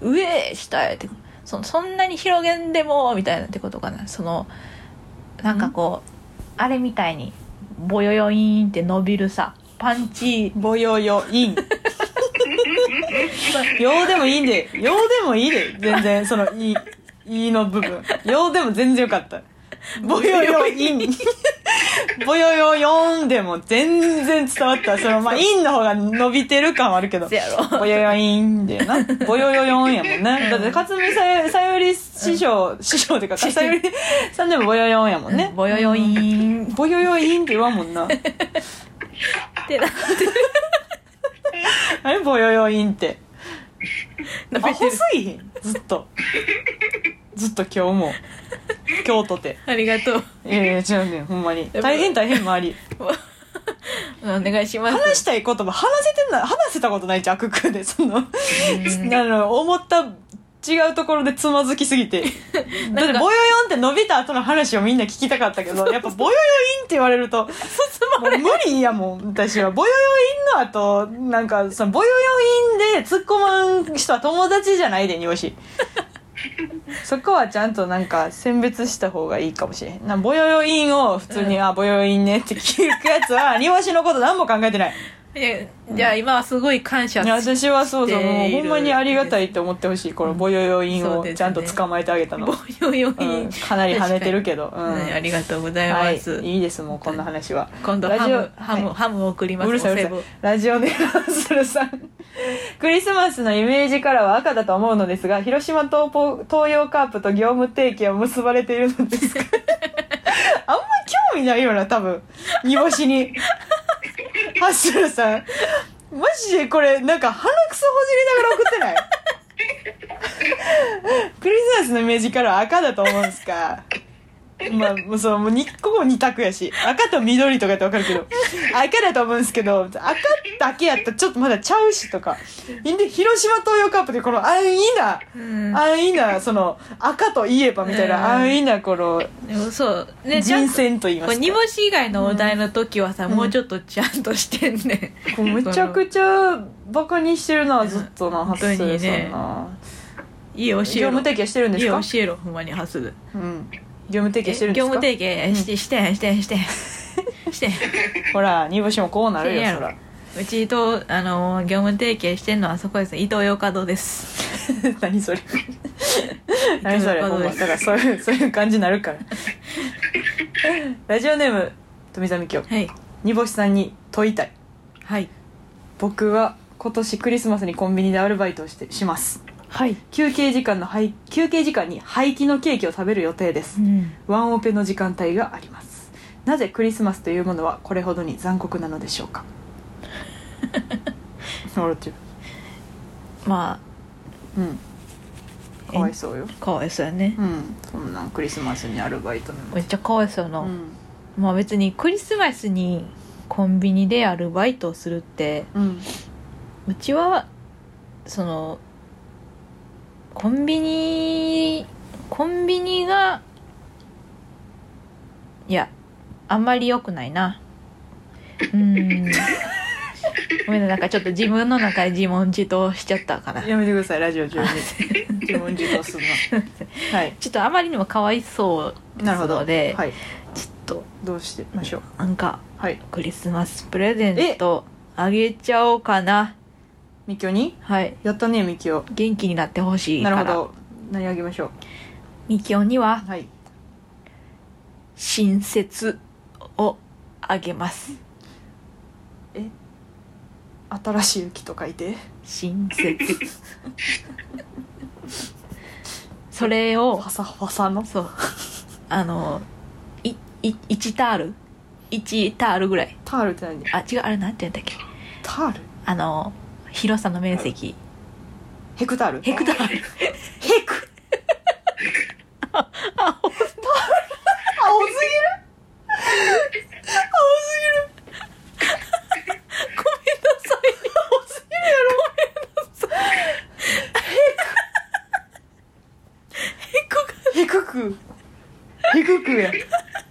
Speaker 2: 上へ下へって、そのそんなに広げんでも、みたいなってことかな。その、なんかこう、あれみたいに、ボヨヨイーンって伸びるさ、パンチ、
Speaker 1: ぼよよいん ようでもいいんでようでもいいで全然そのいいいいの部分ようでも全然よかったぼよよいんぼよよよんでも全然伝わったそのまあいんの方が伸びてる感はあるけど
Speaker 2: せやろ。
Speaker 1: ぼよよいんだよ な。ぼよよよんやも んね。だって、勝美さよさより師 匠、師匠っていうか、さより さんでもぼよよんやもんね。
Speaker 2: ボヨヨイーン
Speaker 1: ぼよよいんって言わんも んな。
Speaker 2: ってな
Speaker 1: あれぼよよいんって。
Speaker 2: 伸
Speaker 1: あ、
Speaker 2: びて
Speaker 1: 細
Speaker 2: る
Speaker 1: いひんずっと。ずっと今日も。京都て。
Speaker 2: ありが とう
Speaker 1: いやいや、違うねんほんまに。
Speaker 2: でも
Speaker 1: 大変大変周り。
Speaker 2: お願いします
Speaker 1: 話したい言葉、話せてんな、話せたことないじゃん、悪空で。その、あの、思った、違うところでつまずきすぎ て。だって、ぼよよんって伸びた後の話をみんな聞きたかったけ ど、やっぱ、ぼよよいんって言われると、もう無理やもん、私は。ぼよよいんの後、なんか、その、ぼよよいんで突っ込まん人は友達じゃないで、におし。そこはちゃんとなんか選別した方がいいかもしれへん。なんぼよよいんを普通に、あ、ぼよよいんねって聞くやつは、にわしのこと何も考えてない。
Speaker 2: いやじゃあ今はすごい感謝
Speaker 1: いや私はそうそう、も
Speaker 2: して
Speaker 1: う
Speaker 2: いる
Speaker 1: ほんまにありがたいって思ってほしい。このぼよよいん
Speaker 2: そう
Speaker 1: を
Speaker 2: ですね
Speaker 1: ちゃんと捕まえてあげたの。
Speaker 2: ボヨヨイ
Speaker 1: う
Speaker 2: ー
Speaker 1: ん
Speaker 2: ン
Speaker 1: かなり跳ねてるけど。うん
Speaker 2: ねありがとうござい
Speaker 1: は
Speaker 2: ま
Speaker 1: い
Speaker 2: す、、
Speaker 1: いいですもうこんな話は
Speaker 2: 今度
Speaker 1: ラ
Speaker 2: ハ
Speaker 1: ジオ
Speaker 2: ムハム、
Speaker 1: は
Speaker 2: ハムを送ります
Speaker 1: うるさいうるさ
Speaker 2: お歳
Speaker 1: い
Speaker 2: 暮
Speaker 1: ラジオネームハンスルさんクリスマスのイメージカラーは赤だと思うのですが広島東方東洋カープと業務提携を結ばれているの ですかあんま興味ないよな多分煮干しにハンスルさんマジでこれなんか鼻くそほじりながら送って ないクリスマスのイメージカラー赤だと思うんですか まあ、もうそのもうにここも二択やし赤と緑とかってわかるけど赤だと思うんですけど赤だけやったらちょっとまだちゃうしとかで広島東洋カップでこの安易な
Speaker 2: うん
Speaker 1: 安易なその赤といえばみたい
Speaker 2: うん
Speaker 1: な安易なこの
Speaker 2: でもそうねちゃん
Speaker 1: 人
Speaker 2: と
Speaker 1: 選と言いま
Speaker 2: これ
Speaker 1: す
Speaker 2: 煮
Speaker 1: か
Speaker 2: 干し以外のお題の時はさ、
Speaker 1: うん
Speaker 2: もうちょっとちゃんとしてんね、
Speaker 1: こうむちゃくちゃバカにしてるなずっとな
Speaker 2: 本
Speaker 1: 発
Speaker 2: 当に
Speaker 1: 生
Speaker 2: ね
Speaker 1: さんな、
Speaker 2: いい教えろ
Speaker 1: 業務提携してるんです
Speaker 2: い
Speaker 1: か
Speaker 2: い教えろほんまにハスル
Speaker 1: うん、業務提
Speaker 2: え業
Speaker 1: 携してるんです
Speaker 2: 務
Speaker 1: か
Speaker 2: 提携して、してへんしてへんしてへん してへん
Speaker 1: ほら煮干しもこうなる
Speaker 2: せ
Speaker 1: よ
Speaker 2: やろ
Speaker 1: そら
Speaker 2: うちとあの業務提携してんのはそこです伊藤洋華堂です
Speaker 1: 何それ何それ
Speaker 2: という
Speaker 1: ほ
Speaker 2: こと
Speaker 1: ん
Speaker 2: で
Speaker 1: まだからそういうそういう感じになるからラジオネーム富澤美京
Speaker 2: はい
Speaker 1: 煮干しさんに問いたい
Speaker 2: はい
Speaker 1: 僕は今年クリスマスにコンビニでアルバイトをしてします
Speaker 2: はい、
Speaker 1: 休憩時間の廃休憩時間に廃棄のケーキを食べる予定です
Speaker 2: うん、
Speaker 1: ワンオペの時間帯がありますなぜクリスマスというものはこれほどに残酷なのでしょうか笑ってる
Speaker 2: ま
Speaker 1: うんかわいそうよ
Speaker 2: あかわいそうやね
Speaker 1: うんそんなんクリスマスにアルバイトなんて
Speaker 2: めっちゃかわいそうやな、
Speaker 1: うん
Speaker 2: まあ別にクリスマスにコンビニでアルバイトをするって
Speaker 1: うん
Speaker 2: うちはそのコンビニコンビニがいやあんまり良くないなうー んごめんななんかちょっと自分の中で自問自答しちゃったかな
Speaker 1: やめてくださいラジオ中に自問自答するのはい
Speaker 2: ちょっとあまりにもかわいそう
Speaker 1: なるほど
Speaker 2: そうで
Speaker 1: はい
Speaker 2: ちょっと
Speaker 1: どうしてましょう
Speaker 2: なんか
Speaker 1: はい
Speaker 2: クリスマスプレゼントあげちゃおうかな
Speaker 1: みきおに
Speaker 2: はい
Speaker 1: やったねみきお
Speaker 2: 元気になってほしいか
Speaker 1: なるほ
Speaker 2: ら
Speaker 1: ど何あげましょ
Speaker 2: みきおには
Speaker 1: うはい
Speaker 2: 新雪をあげます
Speaker 1: 新しい雪と書いて
Speaker 2: 新雪 それを
Speaker 1: ファサファサの
Speaker 2: そう。あの、い、い、1タール ?1 タールぐらい。
Speaker 1: タールって何
Speaker 2: あ、違う、あれなんて言うんだっけ
Speaker 1: タール
Speaker 2: あの、広さの面積。
Speaker 1: ヘクタール
Speaker 2: ヘクター ル。
Speaker 1: ヘク青す
Speaker 2: ごめんなさい。多すぎる
Speaker 1: ぎるヘ
Speaker 2: やろ。ごめんなさい。
Speaker 1: ククヘククや今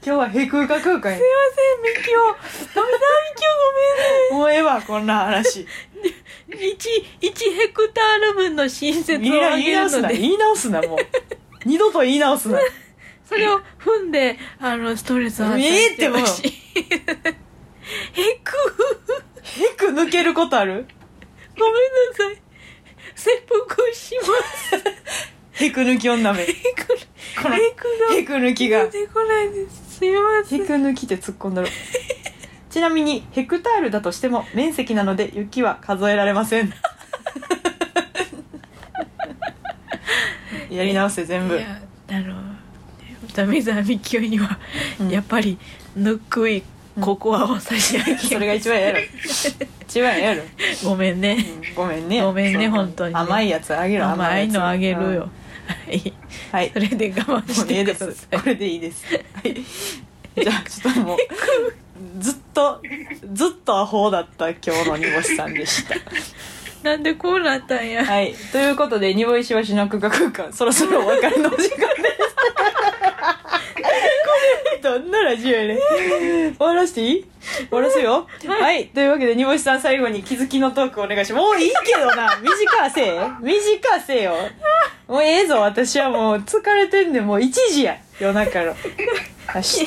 Speaker 1: 日はヘクが空間や
Speaker 2: ヘコが。すいません、ミキオ。ダメだ、ミキ
Speaker 1: もうええわこんな 話
Speaker 2: オごめんね。1、1ヘクタール分の新設
Speaker 1: みん
Speaker 2: を
Speaker 1: な
Speaker 2: あ
Speaker 1: 言い
Speaker 2: げ
Speaker 1: 直
Speaker 2: る
Speaker 1: す
Speaker 2: の
Speaker 1: な
Speaker 2: で、
Speaker 1: 言い直すなもう二度と言い直すな
Speaker 2: それを踏んで、あの、ストレスを与えてほしい。ヘク。
Speaker 1: ヘク抜けることある
Speaker 2: ごめんなさい。切腹します。
Speaker 1: ヘク抜き女め
Speaker 2: ヘク、
Speaker 1: この
Speaker 2: ヘクが
Speaker 1: ヘク抜きが
Speaker 2: 出てこないです。すいませ
Speaker 1: ヘ
Speaker 2: ん。
Speaker 1: ク抜きって突っ込んだろちなみにヘクタールだとしても面積なので雪は数えられませ んやり直せ全部
Speaker 2: いや、あの、ダメザミキオには、
Speaker 1: うん
Speaker 2: やっぱり、ぬくいココアを差し上げます
Speaker 1: それが一番やろ一番やろ、
Speaker 2: ごめ
Speaker 1: う
Speaker 2: んね。
Speaker 1: んごめんね
Speaker 2: ごめんね
Speaker 1: そう
Speaker 2: 本当にね
Speaker 1: 甘いやつあげる
Speaker 2: 甘い
Speaker 1: やつ
Speaker 2: のあげるよ。はい。
Speaker 1: うんはい
Speaker 2: それで我慢
Speaker 1: も
Speaker 2: し
Speaker 1: ういい
Speaker 2: て
Speaker 1: で
Speaker 2: くだ
Speaker 1: す
Speaker 2: さい
Speaker 1: こ。れでいいですはいじゃあちょっと もうずっとずっとアホだった今日の煮干しさんでした
Speaker 2: なんでこうなったんや。
Speaker 1: はい。ということで、ニボイシワシの空間空間、そろそろお別れのお時間です。どんなラジオやねん終わらしていい終わらすよ。はい。というわけで、ニボシさん最後に気づきのトークお願いします。もういいけどな。短せえ。短せえよ。もうええぞ。私はもう疲れてんで、もう1時や。夜中の。明日、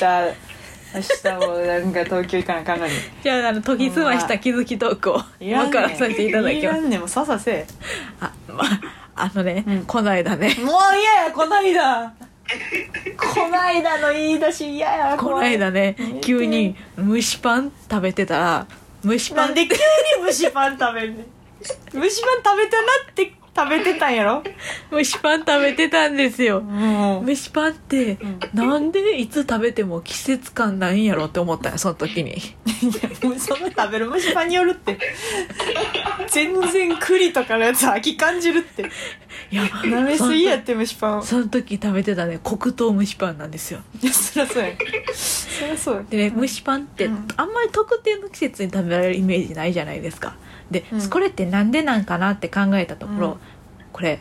Speaker 1: 明日もなんか東京行かなあかんのに。
Speaker 2: じゃあ、あの、研ぎ澄ました気づきトークを、今からさせていただき
Speaker 1: い
Speaker 2: ま
Speaker 1: ら
Speaker 2: す。
Speaker 1: んねん。もうささせえ。
Speaker 2: あ、ま、あのね、
Speaker 1: うん
Speaker 2: こないだね。
Speaker 1: もう嫌やこないだこないだの言い出し嫌や
Speaker 2: こないだね急に蒸しパン食べてたら蒸し
Speaker 1: な
Speaker 2: パン
Speaker 1: んで急に蒸しパン食べんねん蒸しパン食べたなって食べてたんやろ
Speaker 2: 蒸しパン食べてたんですよ
Speaker 1: もう
Speaker 2: 蒸しパンって
Speaker 1: ん
Speaker 2: なんでいつ食べても季節感ないんやろって思ったよその時に
Speaker 1: その食べる蒸しパンによるって全然栗とかのやつ秋感じるって
Speaker 2: いや
Speaker 1: 舐めすぎやって蒸しパンを
Speaker 2: その時食べてたね黒糖蒸しパンなんですよ
Speaker 1: いやそりゃそうやそりゃそうや
Speaker 2: でね蒸しパンって
Speaker 1: うん
Speaker 2: あんまり特定の季節に食べられるイメージないじゃないですかで、
Speaker 1: うん
Speaker 2: これってなんでなんかなって考えたところ、
Speaker 1: うん
Speaker 2: これ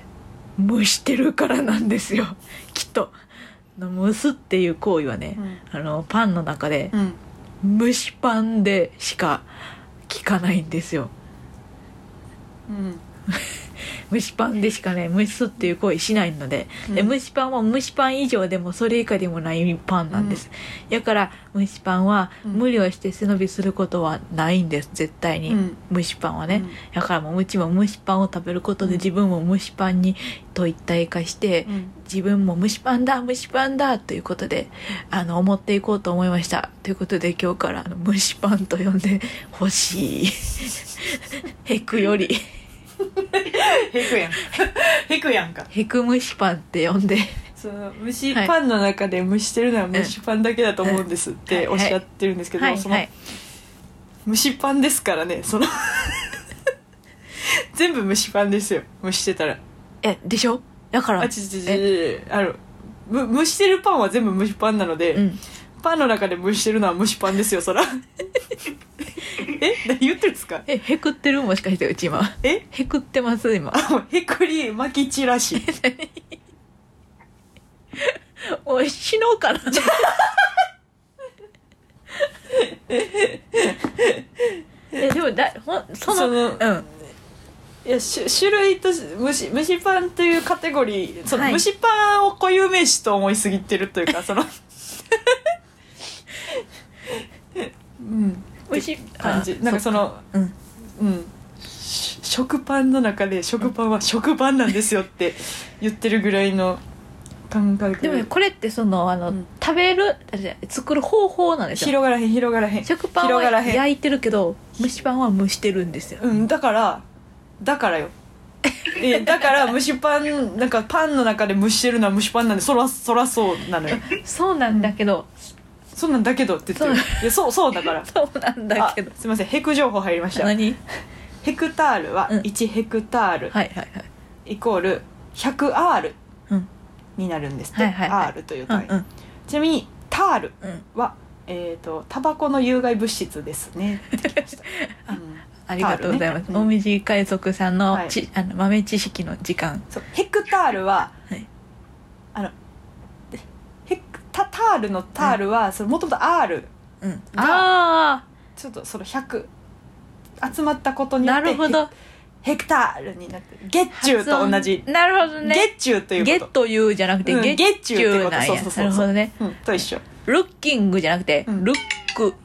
Speaker 2: 蒸してるからなんですよ きっとあの蒸すっていう行為はね、
Speaker 1: うん
Speaker 2: あのパンの中で
Speaker 1: うん
Speaker 2: 蒸しパンでしか効かないんですよ
Speaker 1: うん
Speaker 2: 蒸しパンでしかね蒸すっていう行為しないので,、で
Speaker 1: うん
Speaker 2: 蒸しパンは蒸しパン以上でもそれ以下でもないパンなんです、だから蒸しパンは
Speaker 1: うん
Speaker 2: 無理をして背伸びすることはないんです絶対に、
Speaker 1: うん
Speaker 2: 蒸しパンは
Speaker 1: う
Speaker 2: ね、
Speaker 1: ん
Speaker 2: だからもううちも蒸しパンを食べることで
Speaker 1: うん
Speaker 2: 自分も蒸しパンにと一体化して、
Speaker 1: うん
Speaker 2: 自分も蒸しパンだ蒸しパンだということであの思っていこうと思いましたということで今日からあの蒸しパンと呼んでほし いヘクより
Speaker 1: へくやんへくやんか
Speaker 2: ヘク蒸しパンって呼んで
Speaker 1: その蒸しパンの中で蒸してるのは蒸しパンだけだと思うんですっ
Speaker 2: うん
Speaker 1: て
Speaker 2: うん
Speaker 1: おっしゃってるんですけど、
Speaker 2: はい
Speaker 1: その
Speaker 2: はい
Speaker 1: 蒸しパンですからねその 全部蒸しパンですよ蒸してたら
Speaker 2: えでしょだから
Speaker 1: あちちちちあのむ蒸してるパンは全部蒸しパンなので、
Speaker 2: うん
Speaker 1: パンの中で蒸してるのは蒸しパンですよ そらえ何言ってるんですか
Speaker 2: えヘクってるもしかしてうち今
Speaker 1: え
Speaker 2: ヘクってます 今
Speaker 1: あもうへくり巻き散らし
Speaker 2: おい死のうかなえでもだほんその
Speaker 1: その
Speaker 2: うん
Speaker 1: いやし種類とし蒸し蒸しパンというカテゴリーその、
Speaker 2: はい
Speaker 1: 蒸しパンを固有名詞と思いすぎてるというかその
Speaker 2: 美味しい
Speaker 1: 感じ
Speaker 2: あ
Speaker 1: なんかその
Speaker 2: うん
Speaker 1: うんし食パンの中で食パンは食パンなんですよって言ってるぐらいの感覚
Speaker 2: でもねこれってそのあの、
Speaker 1: うん
Speaker 2: 食べるあじゃあ作る方法なんですよ
Speaker 1: 広がらへん広がらへん
Speaker 2: 食パン
Speaker 1: 広
Speaker 2: は
Speaker 1: がらへん
Speaker 2: 焼いてるけど蒸しパンは蒸してるんですよ
Speaker 1: うんだからだからよえだから蒸しパンなんかパンの中で蒸してるのは蒸しパンなんでそらそらそうなのよ
Speaker 2: そうなんだけど、
Speaker 1: そんなんだけどって言ってるいやそうそうだから
Speaker 2: そうなん だけど
Speaker 1: あすいませんヘク情報入りました
Speaker 2: 何
Speaker 1: ヘクタールは
Speaker 2: うん
Speaker 1: 1ヘクタール
Speaker 2: はいはいはい
Speaker 1: イコール 100R
Speaker 2: うん
Speaker 1: になるんですって、
Speaker 2: はいはいはい
Speaker 1: R という
Speaker 2: うん
Speaker 1: 単位、ちなみにタール
Speaker 2: うんうん
Speaker 1: はえっ、とタバコの有害物質です ねってきましたうん
Speaker 2: ありがとうございます、
Speaker 1: タールねうん
Speaker 2: 大道海賊さんの
Speaker 1: はい
Speaker 2: ち、あの豆知識の時間
Speaker 1: そうヘクタールは、
Speaker 2: はい
Speaker 1: あのでヘクタタールのタールはもともと R
Speaker 2: うんあ
Speaker 1: がちょっとその100集まったこと
Speaker 2: あ
Speaker 1: によ
Speaker 2: な
Speaker 1: って
Speaker 2: るほど
Speaker 1: ヘヘクタールになって月中と同じ、
Speaker 2: 発音なるほどね
Speaker 1: 月中ということ
Speaker 2: ゲットユーじゃなくて、
Speaker 1: うん
Speaker 2: ゲッチ
Speaker 1: ゲッチューってこ
Speaker 2: ュー
Speaker 1: と
Speaker 2: なんや
Speaker 1: そうそうそうそう
Speaker 2: なるほどね
Speaker 1: うん、と一緒
Speaker 2: ルッキングじゃなくて、
Speaker 1: うん
Speaker 2: ルック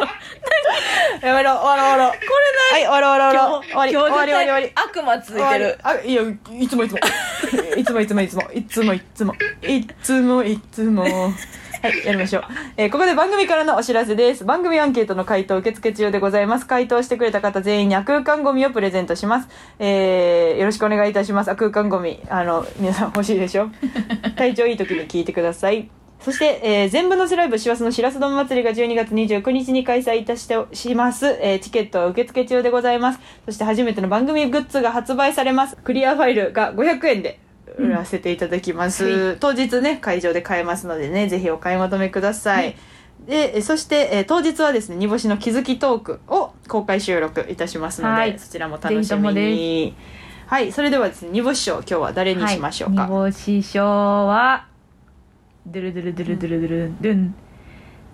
Speaker 1: やめろ終わろう終わろう
Speaker 2: これ
Speaker 1: はい終わろう終わろ
Speaker 2: 今
Speaker 1: う終
Speaker 2: 日
Speaker 1: わり終
Speaker 2: 今日
Speaker 1: わ
Speaker 2: 絶
Speaker 1: り終わり終わり
Speaker 2: 対悪魔続いてる
Speaker 1: あいやいつもいつもいつもいつもいつもいつもいつもいつもいつもはいやりましょう、えーここで番組からのお知らせです番組アンケートの回答受付中でございます回答してくれた方全員に悪空間ゴミをプレゼントします、えーよろしくお願いいたします悪空間ゴミあの皆さん欲しいでしょ体調いい時に聞いてくださいそして、えー、全部のせライブ師走のしらす丼祭りが12月29日に開催いたしておします、えーチケットは受付中でございますそして初めての番組グッズが発売されますクリアファイルが500円で売らせていただきます、
Speaker 2: うん
Speaker 1: 当日ね会場で買えますのでねぜひお買い求めください、
Speaker 2: はい
Speaker 1: でえーそして、えー当日はですね煮干しの気づきトークを公開収録いたしますので、
Speaker 2: はい
Speaker 1: そちらも楽
Speaker 2: ぜひ
Speaker 1: し
Speaker 2: とも
Speaker 1: み
Speaker 2: で
Speaker 1: にはいそれではですね煮干し賞今日は誰にしましょうか、
Speaker 2: はい、煮干し賞はドゥルドゥルドゥルドゥルドゥルドゥン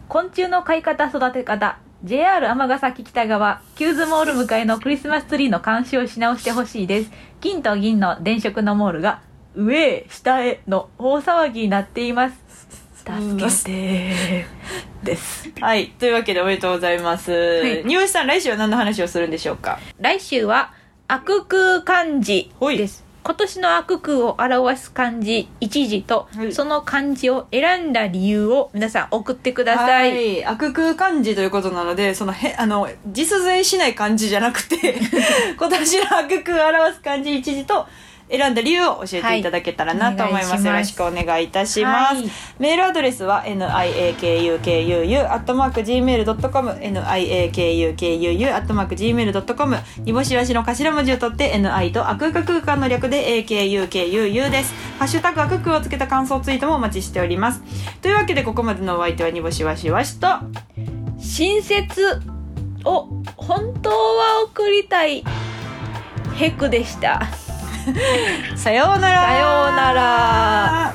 Speaker 2: 昆虫の飼い方育て方 JR 尼崎北側キューズモール向かいのクリスマスツリーの監視をし直してほしいです金と銀の電飾のモールが上へ下への大騒ぎになっています助けてです
Speaker 1: はい。というわけでおめでとうございます。
Speaker 2: い
Speaker 1: におしさん、来週は何の話をするんでしょうか
Speaker 2: 来週は悪空漢字
Speaker 1: はい
Speaker 2: です今年の悪空を表す漢字一字と、
Speaker 1: はい
Speaker 2: その漢字を選んだ理由を皆さん送ってください、
Speaker 1: はい。悪空漢字ということなので、そのへ、あの、実在しない漢字じゃなく て、今年の悪空を表す漢字一字と、選んだ理由を教えていただけたらなと思います。
Speaker 2: はいお
Speaker 1: よ
Speaker 2: 願
Speaker 1: ろ
Speaker 2: い
Speaker 1: し
Speaker 2: し
Speaker 1: くお願いいたします。
Speaker 2: はい
Speaker 1: メールアドレスは niakukuu.gmail.com niakukuu.gmail.com にぼしわしの頭文字を取って ni と悪空空間の略で akukuu です。ハッシュタグ悪空をつけた感想ツイートもお待ちしております。というわけでここまでのお相手はにぼしわしわしと、
Speaker 2: 新説を本当は送りたいヘクでした
Speaker 1: さようなら
Speaker 2: さようなら